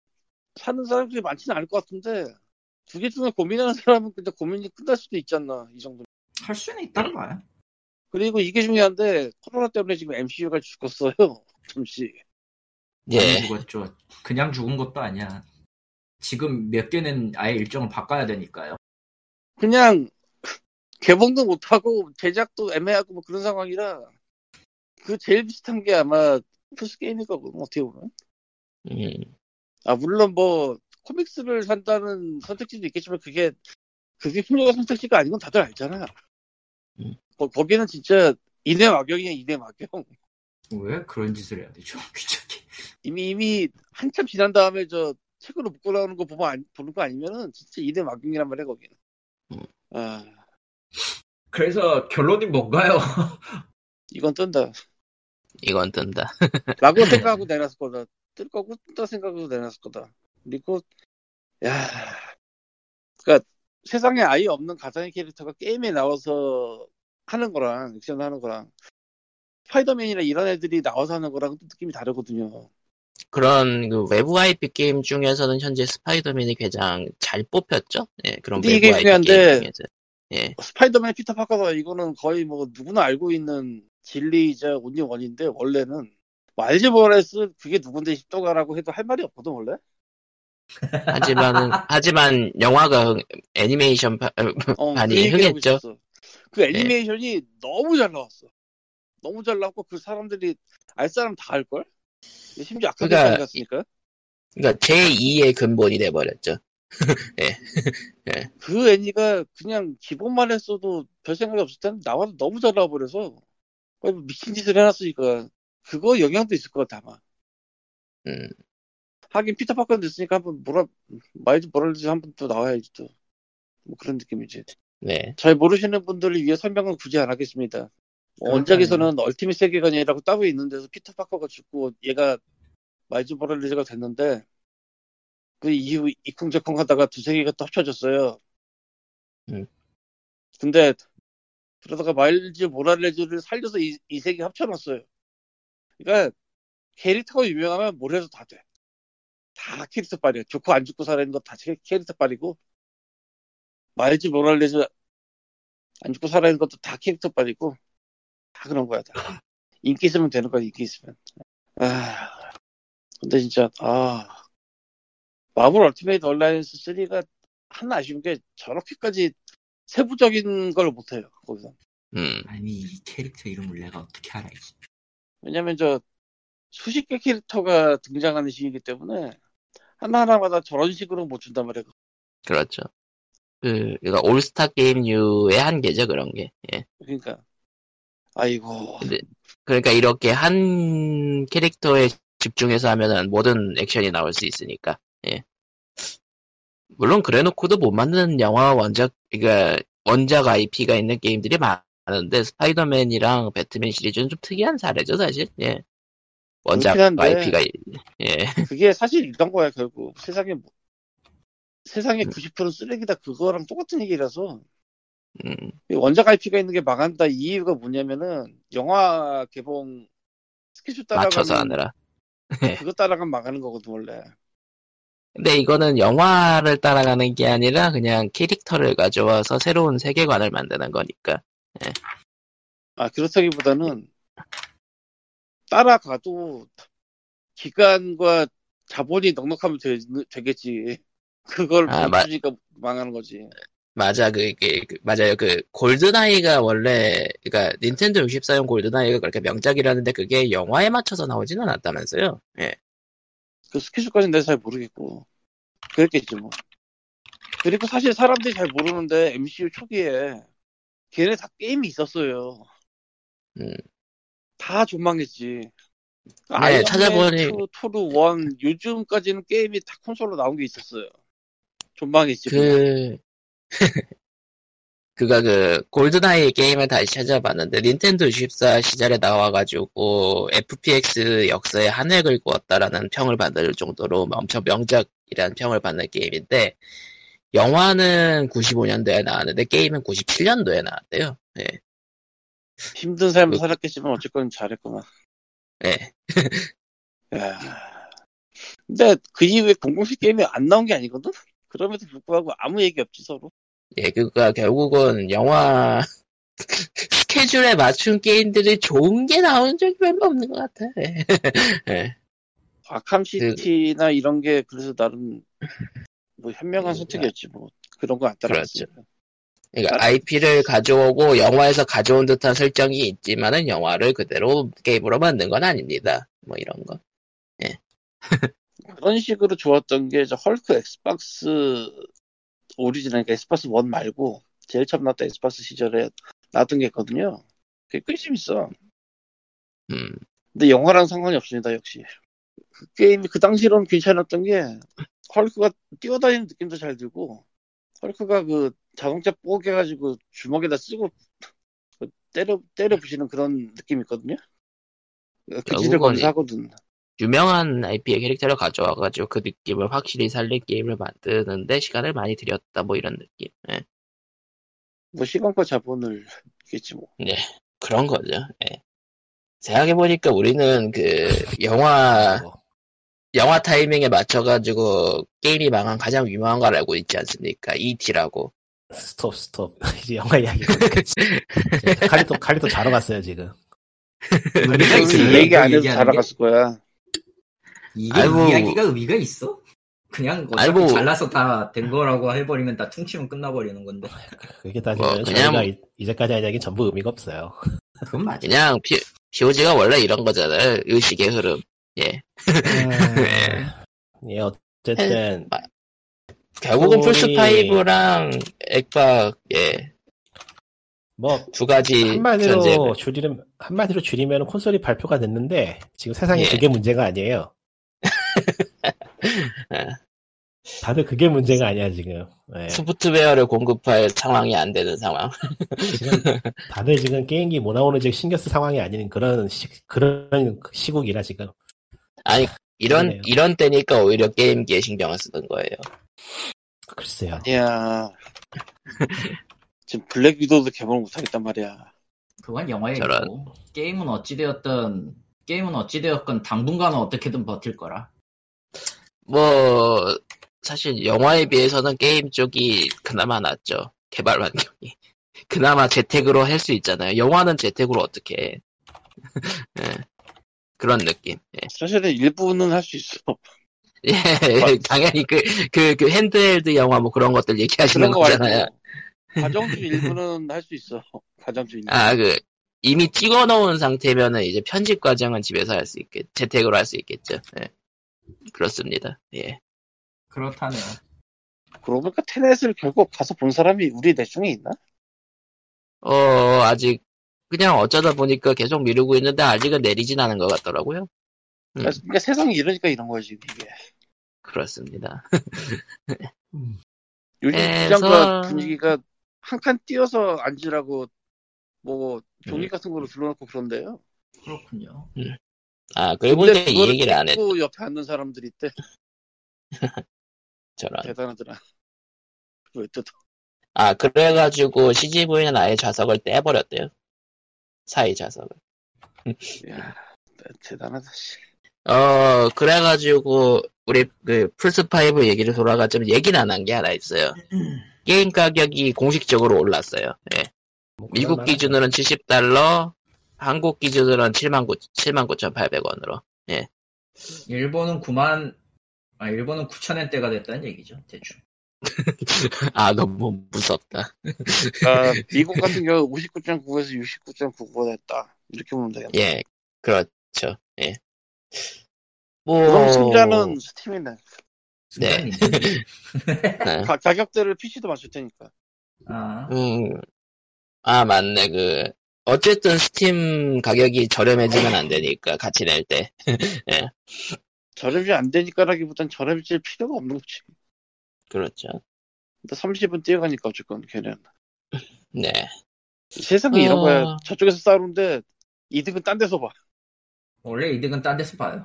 S4: 사는 사람들이 많지는 않을 것 같은데 두 개 중에 고민하는 사람은 근데 고민이 끝날 수도 있지 않나 이 정도.
S3: 할 수는 있단 말이야.
S4: 그리고 이게 중요한데 코로나 때문에 지금 MCU가 죽었어요. [laughs] 잠시.
S3: 안
S1: 예,
S3: 죽었죠. 그냥 죽은 것도 아니야. 지금 몇 개는 아예 일정을 바꿔야 되니까요.
S4: 그냥 개봉도 못하고 제작도 애매하고 뭐 그런 상황이라 그 제일 비슷한 게 아마 플스 게임일 거거든 어떻게 보면
S1: 음,
S4: 아 물론 뭐 코믹스를 산다는 선택지도 있겠지만 그게 그게 훌륭한 선택지가 아닌 건 다들 알잖아
S1: 음.
S4: 거, 거기는 진짜 인해 막경이야 인해 막경
S3: 왜 그런 짓을 해야 되죠? [laughs] 귀찮게.
S4: 이미 이미 한참 지난 다음에 저 책으로 묶고 나오는 거 보면 안- 보는 거 아니면은 진짜 인해 막경이란 말이야 거기는
S1: 음.
S4: 아
S3: 그래서 결론이 뭔가요?
S4: 이건 뜬다
S1: 이건 뜬다.
S4: 라고 생각하고 내놨을 거다. 뜰 거고 뜬다 생각하고 내놨을 거다. 그리고 야, 그러니까 세상에 아예 없는 가상의 캐릭터가 게임에 나와서 하는 거랑 액션 하는 거랑 스파이더맨이나 이런 애들이 나와서 하는 거랑 또 느낌이 다르거든요.
S1: 그런 그 외부 IP 게임 중에서는 현재 스파이더맨이 가장 잘 뽑혔죠? 예, 그런
S4: 근데
S1: 외부
S4: 이게
S1: IP
S4: 중요한데-
S1: 게임 중에서. 예,
S4: 스파이더맨 피터 파커다 이거는 거의 뭐 누구나 알고 있는 진리이자 온리 원인데 원래는 말지 모레스 그게 누군데 싶더라고 해도 할 말이 없거든 원래. [laughs]
S1: 하지만은, 하지만 영화가 애니메이션 파,
S4: 어,
S1: 많이
S4: 그 얘기를 하고
S1: 흥했죠. 예.
S4: 있었어. 그 애니메이션이 너무 잘 나왔어. 너무 잘 나왔고 그 사람들이 알 사람 다 알걸? 심지어 아카데미
S1: 그러니까
S4: 안 갔으니까
S1: 그러니까 제2의 근본이 돼버렸죠.
S4: 그 애니가 그냥 기본만 했어도 별 생각이 없을 텐데 나와서 너무 잘 나와버려서 거의 뭐 미친 짓을 해놨으니까 그거 영향도 있을 것 같아 아마
S1: 음,
S4: 하긴 피터 파커는 됐으니까 한번 뭐라 음, 말좀 뭐라 지 한번 또 나와야지 또 뭐 그런 느낌이지
S1: 네.
S4: 잘 모르시는 분들을 위해 설명은 굳이 안 하겠습니다. 뭐 원작에서는 얼티밋 세계관이라고 따로 있는데서 피터 파커가 죽고 얘가 마이즈 모랄리즈가 됐는데 그 이후 이쿵저쿵 하다가 두 세계가 또 합쳐졌어요.
S1: 음.
S4: 근데 그러다가 마일즈 모랄레즈를 살려서 이, 이 세계 합쳐놨어요. 그러니까 캐릭터가 유명하면 뭘 해도 다 돼. 다 캐릭터 빨이야. 죽고 안 죽고 살아있는 거 다 캐릭터 빨이고 마일즈 모랄레즈 안 죽고 살아있는 것도 다 캐릭터 빨이고 다 그런 거야 다. 인기 있으면 되는 거야 인기 있으면. 아 근데 진짜 아 마블 얼티메이트 온라인스 3가 한 아쉬운 게 저렇게까지 세부적인 걸 못해요 거기서
S1: 음.
S3: 아니 이 캐릭터 이름을 내가 어떻게 알아?
S4: [laughs]
S3: 이씨.
S4: 왜냐면 저 수십 개 캐릭터가 등장하는 시기이기 때문에 하나하나마다 저런 식으로 못 준단 말이에요
S1: 그렇죠. 그, 이거 올스타 게임류의 한계죠, 그런 게. 예.
S4: 그러니까 아이고
S1: 그러니까 이렇게 한 캐릭터에 집중해서 하면은 모든 액션이 나올 수 있으니까. 예. 물론 그래놓고도 못 만드는 영화 원작, 그러니까 원작 IP가 있는 게임들이 많은데 스파이더맨이랑 배트맨 시리즈는 좀 특이한 사례죠, 사실. 예. 원작
S4: 그렇긴 한데.
S1: IP가 예.
S4: 그게 사실 이런 거야 결국 세상에 뭐- 세상에
S1: 네.
S4: 90% 쓰레기다 그거랑 똑같은 얘기라서
S1: 음.
S4: 이 원작 IP가 있는 게 망한다 이 이유가 뭐냐면은 영화 개봉 스케줄
S1: 맞춰서 네.
S4: 따라가면
S1: 하느라.
S4: 그거 따라가면 망하는 거거든 원래
S1: 근데 이거는 영화를 따라가는 게 아니라 그냥 캐릭터를 가져와서 새로운 세계관을 만드는 거니까.
S4: 아, 그렇다기보다는 따라가도 기간과 자본이 넉넉하면 되, 겠지 그걸
S1: 아,
S4: 못
S1: 맞-
S4: 주니까 망하는 거지.
S1: 맞아, 그, 그, 그- 맞아요. 그, 골드나이가 원래, 그니까, 닌텐도 64용 골드나이가 그렇게 명작이라는데 그게 영화에 맞춰서 나오지는 않았다면서요. 예.
S4: 그 스케줄까지는 내가 잘 모르겠고. 그랬겠지 뭐. 그리고 사실 사람들이 잘 모르는데 MCU 초기에 걔네 다 게임이 있었어요.
S1: 음. 네,
S4: 다 존망했지.
S1: 찾아보니-
S4: 2, 2루 1 요즘까지는 게임이 다 콘솔로 나온 게 있었어요. 존망했지.
S1: 그, 그가 그, 골드나이 게임을 다시 찾아봤는데, 닌텐도 64 시절에 나와가지고, FPX 역사에 한 획을 그었다라는 평을 받을 정도로 엄청 명작이라는 평을 받는 게임인데, 영화는 95년도에 나왔는데, 게임은 97년도에 나왔대요. 예.
S4: 힘든 삶을
S1: 그-
S4: 살았겠지만 어쨌건 잘했구만.
S1: 예.
S4: 야. 근데 그 이후에 공공식 게임이 안 나온 게 아니거든? 그럼에도 불구하고 아무 얘기 없지 서로.
S1: 예, 그니까 결국은 영화 [laughs] 스케줄에 맞춘 게임들이 좋은 게 나온 적이 별로 없는 것 같아. 예. [laughs] 예.
S4: 아캄시티나 이런 게 그래서 나름 뭐 현명한
S1: 음,
S4: 선택이었지 뭐 그런 거 안 따라갔으니까.
S1: 그러니까 IP를 가져오고 영화에서 가져온 듯한 설정이 있지만은 영화를 그대로 게임으로 만든 건 아닙니다. 뭐 이런 거.
S4: 그런 식으로 좋았던 게 저 헐크 엑스박스 오리지널 그러니까 엑스박스 1 말고 제일 처음 나왔던 엑스박스 시절에 나왔던 게 있거든요. 그게 꽤 재밌어.
S1: 음,
S4: 근데 영화랑 상관이 없습니다 역시 그 게임이 그 당시로는 괜찮았던 게 헐크가 뛰어다니는 느낌도 잘 들고 헐크가 그 자동차 뽀개가지고 주먹에다 쓰고 그 때려 때려 부시는 그런 느낌이 있거든요 그 기질을
S1: 결국은
S4: 검사하거든
S1: 유명한 IP의 캐릭터를 가져와가지고 그 느낌을 확실히 살린 게임을 만드는데 시간을 많이 들였다. 뭐 이런 느낌. 예.
S4: 뭐 시간과 자본을 겠지 뭐
S1: 그런 거죠. 예. 생각해보니까 우리는 그 영화
S2: 뭐,
S1: 영화 타이밍에 맞춰가지고 게임이 망한 가장 유명한 걸 알고 있지 않습니까? E E.T.라고.
S2: 스톱 스톱 [laughs] 이제 영화 이야기 칼리토 칼리토 자러 갔어요 지금
S3: 의미가
S1: 그
S3: 있어?
S1: 있어요?
S4: 얘기 안 해도
S3: 얘기하는
S4: 잘 나갔을 거야
S3: 이게
S1: 아이고.
S3: 이야기가 의미가 있어? 그냥 어차피
S1: 아이고.
S3: 잘라서 다 된 거라고 해버리면 다 퉁치면 끝나버리는 건데
S2: 그게 따지면
S1: 뭐, 그냥
S2: 저희가 이- 이제까지 한 이야기 전부 의미가 없어요
S3: 그건 맞아
S1: 그냥 피, POG가 원래 이런 거잖아요. 의식의 흐름. 예. [laughs]
S2: 예 어쨌든
S1: 결국은
S2: 소리.
S1: 플스5랑 액박, 예.
S2: 뭐
S1: 두 가지
S2: 한마디로
S1: 전쟁.
S2: 줄이면 한마디로 줄이면 콘솔이 발표가 됐는데 지금 세상에
S1: 예.
S2: 그게
S1: [laughs]
S2: 문제가 아니에요.
S1: 예.
S2: 다들 그게 문제가 아니야 지금. 예.
S1: 소프트웨어를 공급할 상황이 안 되는 상황. [laughs]
S2: 지금 다들 지금 게임기 뭐 나오는지 신경 쓸 상황이 아닌 그런 시, 그런 시국이라 지금.
S1: 아니, 이런,
S2: 그러네요.
S1: 이런 때니까 오히려 게임기에 신경을 쓰는 거예요.
S2: 글쎄요.
S4: 아니야 지금 블랙 위도우도 개봉 못하겠단 말이야.
S3: 그건 영화의
S1: 저런.
S3: 일이고 게임은 어찌되었든 게임은 어찌되었건 당분간은 어떻게든 버틸 거라
S1: 뭐 사실 영화에 비해서는 게임 쪽이 그나마 낫죠 개발 환경이 [laughs] 그나마 재택으로 할 수 있잖아요 영화는 재택으로 어떻게 해 [laughs] 예. 그런 느낌 예. [laughs]
S4: 사실은 일부는 할 수 있어.
S1: 예,
S4: 어.
S1: 당연히 그, 그, 그 핸드헬드 영화 뭐 그런 것들 얘기하시는
S4: 그런 거
S1: 거잖아요.
S4: 말고 가정집 일부는 할 수 있어. 가정집 일부.
S1: 아, 그, 이미 찍어 놓은 상태면은 이제 편집 과정은 집에서 할 수 있겠, 재택으로 할 수 있겠죠. 예. 그렇습니다. 예.
S3: 그렇다네요
S4: 그러고 보니까 테넷을 결국 가서 본 사람이 우리 내 중에 있나?
S1: 음. 어, 아직, 그냥 어쩌다 보니까 계속 미루고 있는데 아직은 내리진 않은 것 같더라고요. 음.
S4: 그러니까 세상이 이러니까 이런 거지 이게.
S1: 그렇습니다.
S4: 요즘
S1: 네, 그래서-
S4: 시장과 분위기가 한 칸 띄어서 앉으라고 뭐 종이
S1: 음.
S4: 같은 걸로 둘러놓고 그런데요.
S3: 그렇군요
S1: 아, 그리고
S4: 근데
S1: 이제 이
S4: 그거를
S1: 얘기를 안 했,
S4: 또 옆에 앉는 사람들이 있대.
S1: 저런.
S4: 대단하더라. 왜 또,
S1: 아, 그래가지고 CGV는 아예 좌석을 떼버렸대요. 사이 좌석을.
S4: 야,
S1: [laughs]
S4: 대단하다, 씨.
S1: 어, 그래가지고, 우리, 그, 플스5 얘기를 돌아가자면 얘기는 안 한 게 하나 있어요. 게임 가격이 공식적으로 올랐어요. 예.
S2: 뭐
S1: 미국
S2: 그럴만하죠.
S1: 기준으로는 70달러, 한국 기준으로는 79,800원으로. [laughs]
S3: 일본은 9만 아 일본은 9천엔대가 됐다는 얘기죠 대충
S1: 아, 너무 무섭다.
S4: 아, 미국 같은 경우 59.9에서 69.9보다 했다. 이렇게 보면 되겠네.
S1: 예, 그렇죠. 예. 뭐,
S4: 그럼 승자는 스팀이네.
S1: 네.
S3: 순간이네
S1: 네.
S4: 가, 가격대를 PC도 맞출 테니까.
S3: 아
S1: 음, 아, 맞네, 그. 어쨌든 스팀 가격이 저렴해지면 안 되니까, 같이 낼 때.
S4: 저렴이 안 되니까라기보단 저렴질 필요가 없는 거지.
S1: 그렇죠.
S4: 근데 30은 뛰어가니까 어쨌건 걔는.
S1: 네.
S4: 세상에 이런
S1: 어.
S4: 거야. 저쪽에서 싸우는데 이득은 딴 데서 봐.
S3: 원래 이득은 딴 데서 봐요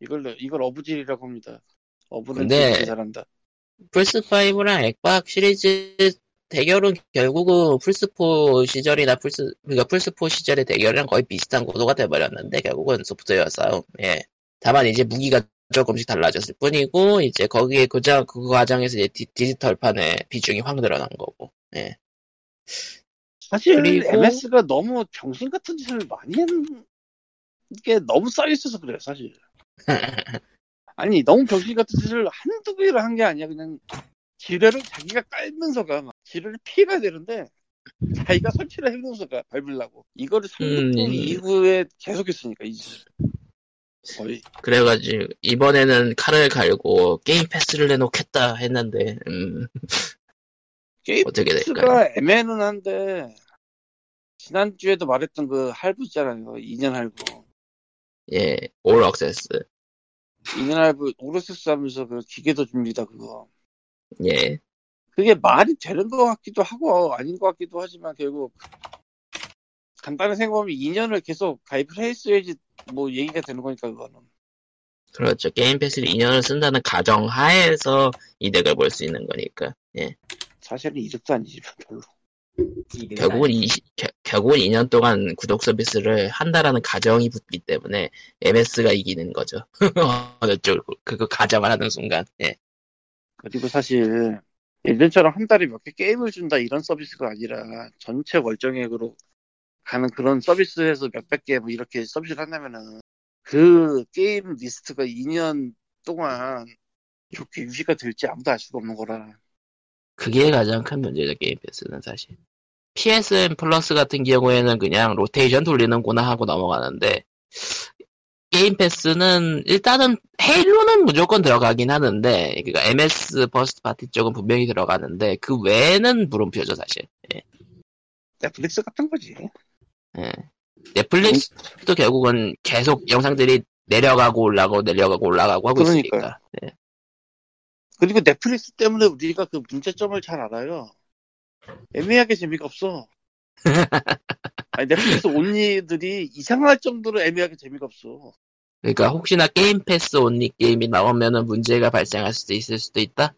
S4: 이걸, 이걸 어부질이라고 합니다. 어부는
S1: 근데-
S4: 제일 잘한다.
S1: 플스5랑 액박 시리즈 대결은 결국은 플스4 시절이나 플스, 그러니까 플스4 시절의 대결이랑 거의 비슷한 구도가 돼버렸는데, 결국은 소프트웨어 싸움. 예. 다만 이제 무기가 조금씩 달라졌을 뿐이고, 이제 거기에 그자, 그 과정에서 이제 디, 디지털판의 비중이 확 늘어난 거고. 예.
S4: 사실
S1: 그리고-
S4: MS가 너무 정신 같은 짓을 많이 하는 게 너무 쌓여 있어서 그래요, 사실.
S1: [laughs]
S4: 아니 너무 병신 같은 짓을 한두 개를 한 게 아니야 그냥 지뢰를 자기가 깔면서 가 막. 지뢰를 피해가 되는데 자기가 설치를 해놓으면서 가 밟으려고 이거를 3분
S1: 음.
S4: 이후에 계속했으니까 이 짓을 거의
S1: 그래가지고, 이번에는 칼을 갈고 게임 패스를 내놓겠다 했는데, 음,
S4: 게임
S1: 어떻게 될까요?
S4: 수가 애매는 한데 지난주에도 말했던 그 할부 있잖아요 2년 할부
S1: 예, 올 액세스.
S4: 2년 할부 오로세스 하면서 그 기계도 줍니다 그거
S1: 예.
S4: 그게 말이 되는 것 같기도 하고 아닌 것 같기도 하지만 결국 간단히 생각하면 2년을 계속 가입을 했어야지 뭐 얘기가 되는 거니까 그거는
S1: 그렇죠. 게임 패스를 2년을 쓴다는 가정 하에서 이득을 볼 수 있는 거니까. 예.
S4: 사실은 이득도 아니지만 별로
S3: 이득은
S1: 결국은
S3: 아니-
S1: 이, 겨- 결국은 2년 동안 구독 서비스를 한다라는 가정이 붙기 때문에 MS가 이기는 거죠. [laughs] 어느 쪽, 그거 가정을 하는 순간. 예.
S4: 그리고 사실 예전처럼 한 달에 몇 개 게임을 준다 이런 서비스가 아니라 전체 월정액으로 가는 그런 서비스에서 몇백 개 뭐 이렇게 서비스를 한다면은 그 게임 리스트가 2년 동안 좋게 유지가 될지 아무도 알 수가 없는 거라
S1: 그게 가장 큰 문제죠, 게임 패스는 사실. PSN 플러스 같은 경우에는 그냥 로테이션 돌리는구나 하고 넘어가는데, 게임 패스는 일단은 헤일로는 무조건 들어가긴 하는데 그러니까 MS 버스트 파티 쪽은 분명히 들어가는데 그 외에는 물음표죠 사실
S4: 넷플릭스 같은 거지
S1: 예. 넷플릭스도 결국은 계속 영상들이 내려가고 올라가고 내려가고 올라가고 하고 있으니까
S4: 그러니까요. 그리고 넷플릭스 때문에 우리가 그 문제점을 잘 알아요. 애매하게 재미가 없어. 아니, 넷플릭스 온리들이 이상할 정도로 애매하게 재미가 없어.
S1: 그러니까 혹시나 게임 패스 온리 게임이 나오면은 문제가 발생할 수도 있을 수도 있다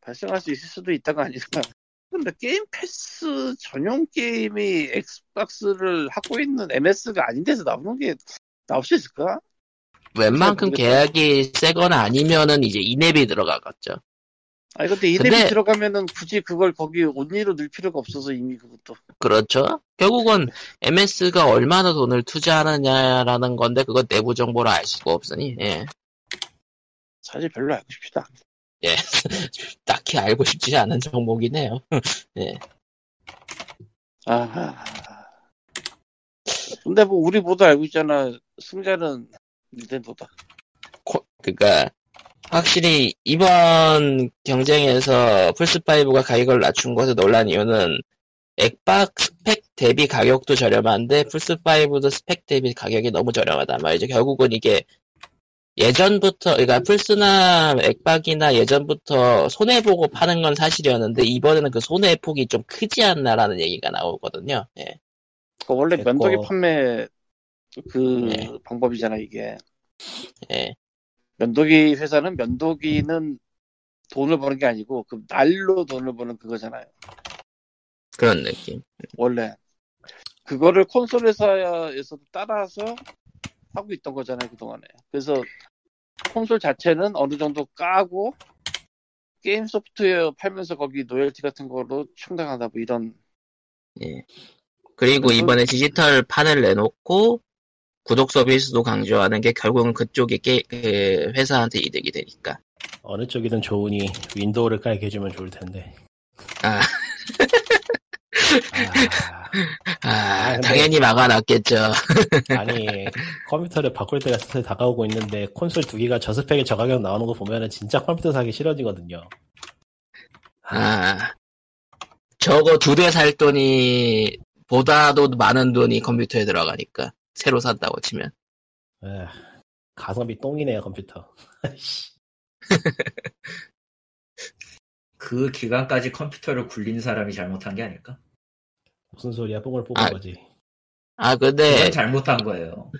S4: 발생할 수 있을 수도 있다가 아니라 [laughs] 근데 게임 패스 전용 게임이 엑스박스를 하고 있는 MS가 아닌 데서 나오는 게 나올 수 있을까?
S1: 웬만큼
S4: 모르겠다.
S1: 계약이 세거나 아니면은 이제 인앱이 들어가겠죠.
S4: 아니 근데 이름이
S1: 근데-
S4: 들어가면은 굳이 그걸 거기 온리로 넣을 필요가 없어서 이미 그것도
S1: 그렇죠. 결국은 MS가 얼마나 돈을 투자하느냐라는 건데 그건 내부 정보를 알 수가 없으니 예. [laughs]
S4: 사실 별로 알고 싶지도 않아.
S1: 딱히 알고 싶지 않은 정보긴 해요.
S4: 아. 근데 뭐 우리 모두 알고 있잖아. 승자는 닌텐도다.
S1: 코- 그러니까 확실히 이번 경쟁에서 플스5가 가격을 낮춘 것에 놀란 이유는 액박 스펙 대비 가격도 저렴한데 플스5도 스펙 대비 가격이 너무 저렴하단 말이죠. 결국은 이게 예전부터 그러니까 플스나 액박이나 예전부터 손해 보고 파는 건 사실이었는데 이번에는 그 손해 폭이 좀 크지 않나라는 얘기가 나오거든요. 예.
S4: 그 원래
S2: 됐고.
S4: 면도기 판매 그
S1: 네.
S4: 방법이잖아 이게.
S1: 예.
S4: 면도기 회사는 면도기는 돈을 버는 게 아니고 그 날로 돈을 버는 그거잖아요.
S1: 그런 느낌.
S4: 원래 그거를 콘솔 회사에서도 따라서 하고 있던 거잖아요 그동안에 그래서 콘솔 자체는 어느 정도 까고 게임 소프트웨어 팔면서 거기 로열티 같은 거로 충당하다 뭐 이런
S1: 예. 그리고 이번에 디지털 판을 내놓고 구독 서비스도 강조하는 게 결국은 그쪽이 게, 그 회사한테 이득이 되니까.
S2: 어느 쪽이든 좋으니 윈도우를 깔게 해주면 좋을 텐데.
S1: 아. 아,
S2: 아, 아, 근데-
S1: 당연히 막아놨겠죠.
S2: 아니 컴퓨터를 바꿀 때가 슬슬 다가오고 있는데 콘솔 두 개가 저 스펙에 저 가격 나오는 거 보면은 진짜 컴퓨터 사기 싫어지거든요.
S1: 아, 저거 두 대 살 돈이 보다도 많은 돈이 컴퓨터에 들어가니까 새로 샀다고 치면.
S2: 에, 가성비 똥이네요 컴퓨터. 아이씨.
S3: 그 기간까지 컴퓨터를 굴린 사람이 잘못한 게 아닐까?
S2: 무슨 소리야 뽕을 뽑은
S1: 아,
S2: 거지.
S1: 아,
S3: 그건
S1: 근데
S3: 잘못한 거예요.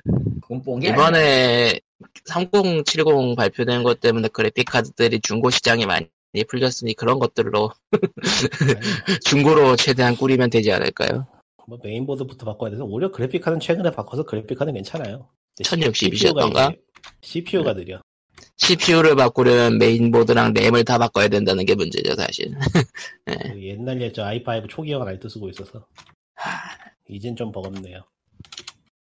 S3: 그건 뽕이 아니야.
S1: 이번에 3070 발표된 것 때문에 그래픽 카드들이 중고 시장에 많이 풀렸으니 그런 것들로
S2: 아니,
S1: 중고로 최대한 꾸리면 되지 않을까요?
S2: 뭐 메인보드부터 바꿔야 돼서 오히려 그래픽카드는 최근에 바꿔서 그래픽카드는 괜찮아요.
S1: 1060
S2: CPU가
S1: 이셨던가? 네.
S2: 이제 CPU가 느려.
S1: CPU를 바꾸려면 메인보드랑 램을 다 바꿔야 된다는 게 문제죠, 사실.
S2: 그 옛날 예전 i5 초기형 아직도 쓰고 있어서 이젠 좀 버겁네요.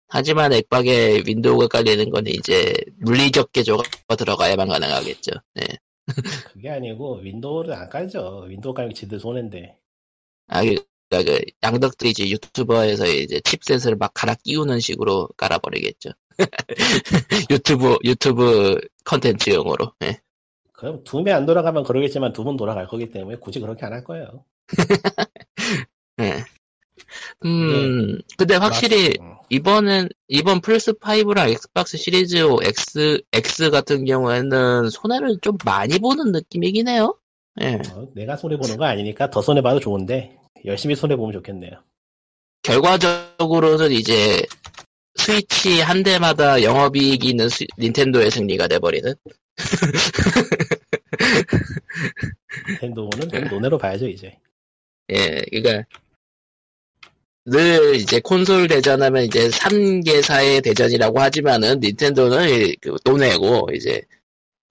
S1: 하지만 액박에 윈도우가 깔리는 건 이제 물리적 개조가 들어가야만 가능하겠죠. 네.
S2: 그게 아니고 윈도우를 안 깔죠. 윈도우 깔면 지들 손해인데.
S1: 아, 그그 양덕도 이제 유튜버에서 이제 칩셋을 막 갈아 끼우는 식으로 깔아버리겠죠. [laughs] 유튜브, 유튜브 컨텐츠용으로. 네.
S2: 그럼 두 명 안 돌아가면 그러겠지만 두 번 돌아갈 거기 때문에 굳이 그렇게 안 할 거예요.
S1: 네. 음, 근데 확실히
S2: 음,
S1: 이번엔 이번 플스 5랑 엑스박스 시리즈 X X 같은 경우에는 손해를 좀 많이 보는 느낌이긴 해요. 예.
S2: 어, 내가 손해 보는 거 아니니까 더 손해 봐도 좋은데 열심히 손해 보면 좋겠네요.
S1: 결과적으로는 이제 스위치 한 대마다 영업이익이 있는 스- 닌텐도의 승리가 돼버리는.
S2: 닌텐도는 좀 논외로 봐야죠 이제.
S1: 예, 그러니까 늘 이제 콘솔 대전하면 이제 3개사의 대전이라고 하지만은 닌텐도는 이- 그 논외고 이제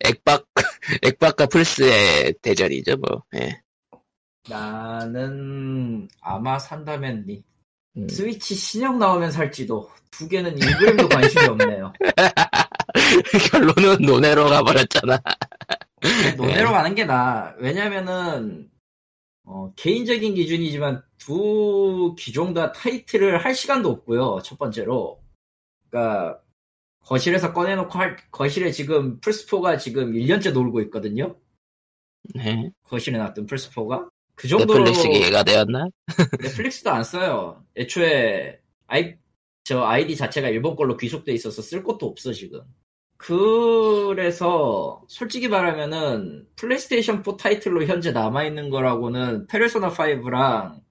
S1: 액박 [laughs] 액박과 플스의 대전이죠 뭐. 예.
S3: 나는 아마 산다면 니-
S1: 음.
S3: 스위치 신형 나오면 살지도 두 개는 1그램도 관심이
S1: [laughs]
S3: 없네요.
S1: 결론은 논외로 가버렸잖아. 네.
S3: 논외로 가는 게 나아. 왜냐면은, 어, 개인적인 기준이지만 두 기종 다 타이틀을 할 시간도 없고요. 첫 번째로. 그니까, 거실에서 꺼내놓고 할, 거실에 지금 플스4가 지금 1년째 놀고 있거든요.
S1: 네.
S3: 거실에 놨던 플스4가. 그 정도로
S1: 넷플릭스 기회가 되었나?
S3: 넷플릭스도 안 써요. 애초에 아이 저 아이디 자체가 일본 걸로 귀속돼 있어서 쓸 것도 없어 지금. 그래서 솔직히 말하면은 플레이스테이션 4 타이틀로 현재 남아 있는 거라고는 페르소나 5랑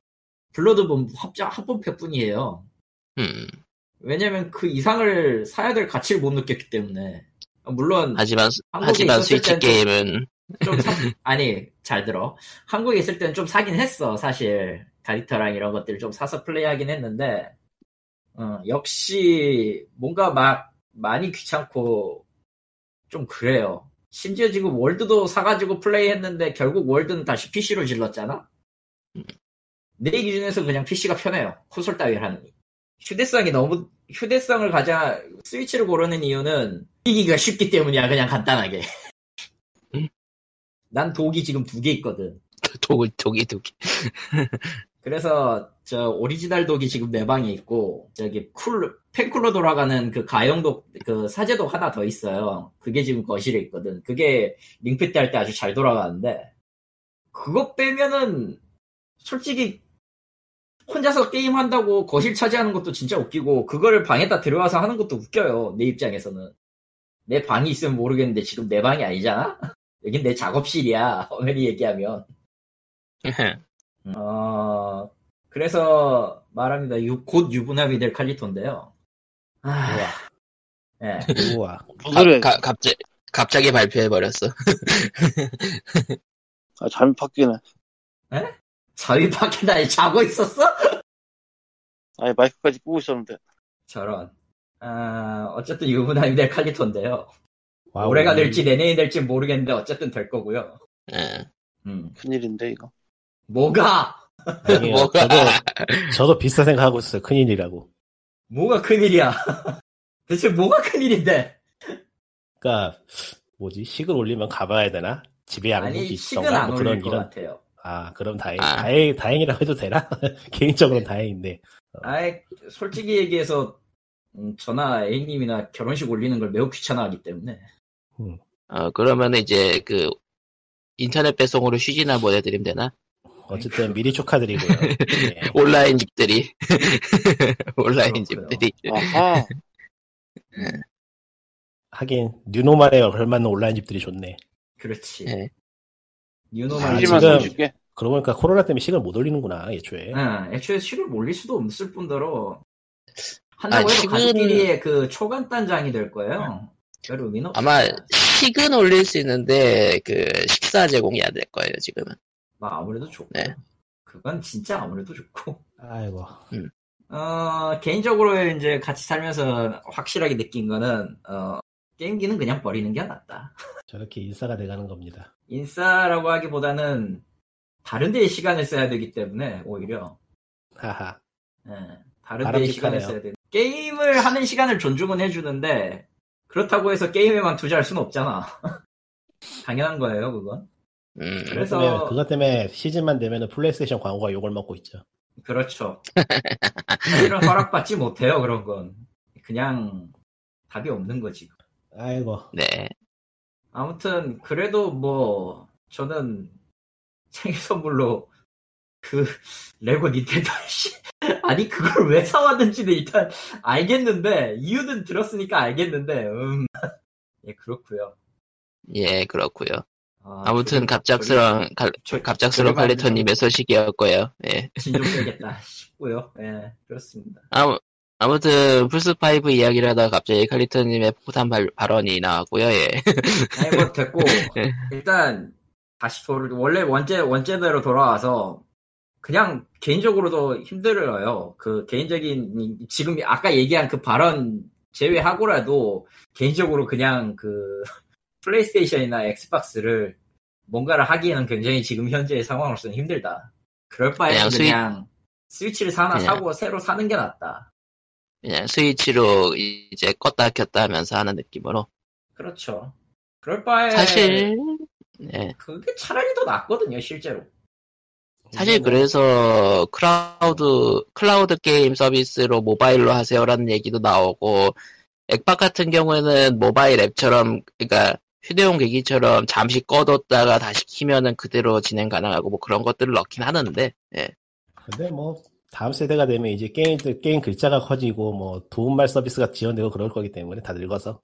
S3: 블러드본 합작 합본팩뿐이에요.
S1: 음.
S3: 왜냐면 그 이상을 사야 될 가치를 못 느꼈기 때문에 물론
S1: 하지만
S3: 한국에
S1: 하지만
S3: 있었을
S1: 스위치
S3: 때는
S1: 게임은 [laughs]
S3: 좀 사- 아니 잘 들어 한국에 있을 때는 좀 사긴 했어 사실 가디터랑 이런 것들을 좀 사서 플레이하긴 했는데 어, 역시 뭔가 막 많이 귀찮고 좀 그래요 심지어 지금 월드도 사가지고 플레이했는데 결국 월드는 다시 PC로 질렀잖아 내 기준에서 그냥 PC가 편해요 콘솔 따위를 하니 휴대성이 너무 휴대성을 가장 스위치를 고르는 이유는 이기기가 쉽기 때문이야 그냥 간단하게 난 독이 지금 두 개 있거든.
S1: 독이 독이 독이 [laughs]
S3: 그래서 저 오리지널 독이 지금 내 방에 있고 저기 쿨 팬쿨로 돌아가는 그 가용 독그 사제 독 하나 더 있어요. 그게 지금 거실에 있거든. 그게 링패 때 할 때 아주 잘 돌아가는데 그거 빼면은 솔직히 혼자서 게임 한다고 거실 차지하는 것도 진짜 웃기고 그거를 방에다 들어와서 하는 것도 웃겨요. 내 입장에서는 내 방이 있으면 모르겠는데 지금 내 방이 아니잖아. [laughs] 여긴 내 작업실이야. [laughs] 엄연히 얘기하면. 어, 그래서 말합니다. 유- 곧 유부남이 될 칼리토인데요. 아, 예.
S2: 우와.
S4: 누구를
S1: 가- 가- 갑자 갑자기 발표해 버렸어.
S4: 아, 잠이 팍 끼네.
S3: 자위 밖에 나 자고 있었어?
S4: 아니 마이크까지 끄고 있었는데.
S3: 저런. 아, 어쨌든 유부남이 될 칼리토인데요.
S2: 와우.
S3: 올해가 될지 내년이 될지 모르겠는데 어쨌든 될 거고요.
S1: 네.
S3: 음.
S4: 큰일인데 이거.
S3: 뭐가
S2: 아니요,
S1: 뭐가?
S2: 저도, 저도 비슷한 생각하고 있어요. 큰일이라고.
S3: 뭐가 큰일이야? [laughs] 대체 뭐가 큰일인데?
S2: 그러니까 뭐지? 식을 올리면 가봐야 되나? 집에 양육이
S3: 아니 식은
S2: 있던가
S3: 안
S2: 뭐
S3: 올릴
S2: 그런
S3: 것
S2: 이런
S3: 같아요.
S2: 아 그럼 다행
S1: 아.
S2: 다행 다행이라고 해도 되나? [laughs] 개인적으로 는 다행인데
S3: 아이 솔직히 얘기해서 음, 저나 A님이나 결혼식 올리는 걸 매우 귀찮아하기 때문에
S1: 어 그러면 이제 그 인터넷 배송으로 휴지나 보내드리면 되나?
S2: 어쨌든
S1: [laughs]
S2: 미리 축하드리고요. 예.
S1: 온라인 집들이 [laughs] 온라인
S3: 그렇고요.
S1: 집들이
S4: 아하.
S2: 하긴 뉴노말에 걸맞는 온라인 집들이 좋네.
S3: 그렇지.
S1: 예.
S3: 유노만
S4: 잠시만
S2: 아, 지금-
S4: 더 줄게.
S2: 그러고 보니까 코로나 때문에 식을 못 올리는구나 애초에.
S3: 응, 예, 애초에 실을 몰릴 수도 없을 뿐더러 한다고
S1: 아,
S3: 해도
S1: 지금-
S3: 가족끼리의 그 초간단장이 될 거예요. 별 의미는 없어요.
S1: 아마 식은 올릴 수 있는데 그 식사 제공이 안 될 거예요 지금은.
S3: 막뭐 아무래도 좋고
S1: 네.
S3: 그건 진짜 아무래도 좋고
S2: 아이고
S3: 어 개인적으로 이제 같이 살면서 확실하게 느낀 거는 어 게임기는 그냥 버리는 게 낫다.
S2: 저렇게 인싸가 돼가는 겁니다.
S3: 인싸라고 하기보다는 다른 데에 시간을 써야 되기 때문에 오히려
S2: 하하.
S3: 예, 다른 데에
S2: 바람직하네요.
S3: 시간을 써야 돼. 게임을 하는 시간을 존중은 해주는데 그렇다고 해서 게임에만 투자할 수는 없잖아. [laughs] 당연한 거예요, 그건.
S1: 음.
S2: 그것
S3: 그래서-
S2: 때문에, 그것 때문에 시즌만 되면은 플레이스테이션 광고가 욕을 먹고 있죠. [laughs]
S3: 그렇죠. 사실은 허락받지 못해요, 그런 건. 그냥 답이 없는 거지.
S2: 아이고
S1: 네.
S3: 아무튼 그래도 뭐 저는 생일 선물로 그 레고 닌텐도 씨 아니 그걸 왜 사왔는지는 일단 알겠는데 이유는 들었으니까 알겠는데 음예 그렇고요
S1: 예 그렇고요.
S3: 아,
S1: 아무튼
S3: 조립-
S1: 갑작스런 갈-
S3: 조립-
S1: 갑작스런
S3: 조립 안
S1: 칼리터님의 소식이었고요. 예.
S3: 진좀 빼겠다 싶고요 예 그렇습니다
S1: 아무, 아무튼 플스5 이야기를 하다가 갑자기 칼리터님의 폭탄 발, 발언이 나왔고요. 예. [laughs]
S3: 아니 뭐 됐고
S1: 네.
S3: 일단 다시 돌 원래 원제 원제대로 돌아와서 그냥 개인적으로도 힘들어요. 그 개인적인 이- 지금 아까 얘기한 그 발언 제외하고라도 개인적으로 그냥 그 [laughs] 플레이스테이션이나 엑스박스를 뭔가를 하기에는 굉장히 지금 현재의 상황으로서는 힘들다. 그럴 바에는
S1: 그냥 스위-
S3: 그냥 스위치를 사나
S1: 네, 그냥.
S3: 사고 새로 사는 게 낫다.
S1: 그냥 스위치로 이제 껐다 켰다 하면서 하는 느낌으로.
S3: 그렇죠. 그럴 바에
S1: 사실, 예.
S3: 그게 차라리 더 낫거든요, 실제로.
S2: 음.
S1: 사실 그래서 클라우드, 클라우드 게임 서비스로 모바일로 하세요라는 얘기도 나오고, 액박 같은 경우에는 모바일 앱처럼, 그러니까 휴대용 기기처럼 잠시 꺼뒀다가 다시 키면은 그대로 진행 가능하고 뭐 그런 것들을 넣긴 하는데, 예.
S2: 근데 뭐 다음 세대가 되면 이제 게임 게임 글자가 커지고 뭐 도움말 서비스가 지원되고 그럴 거기 때문에 다 늙어서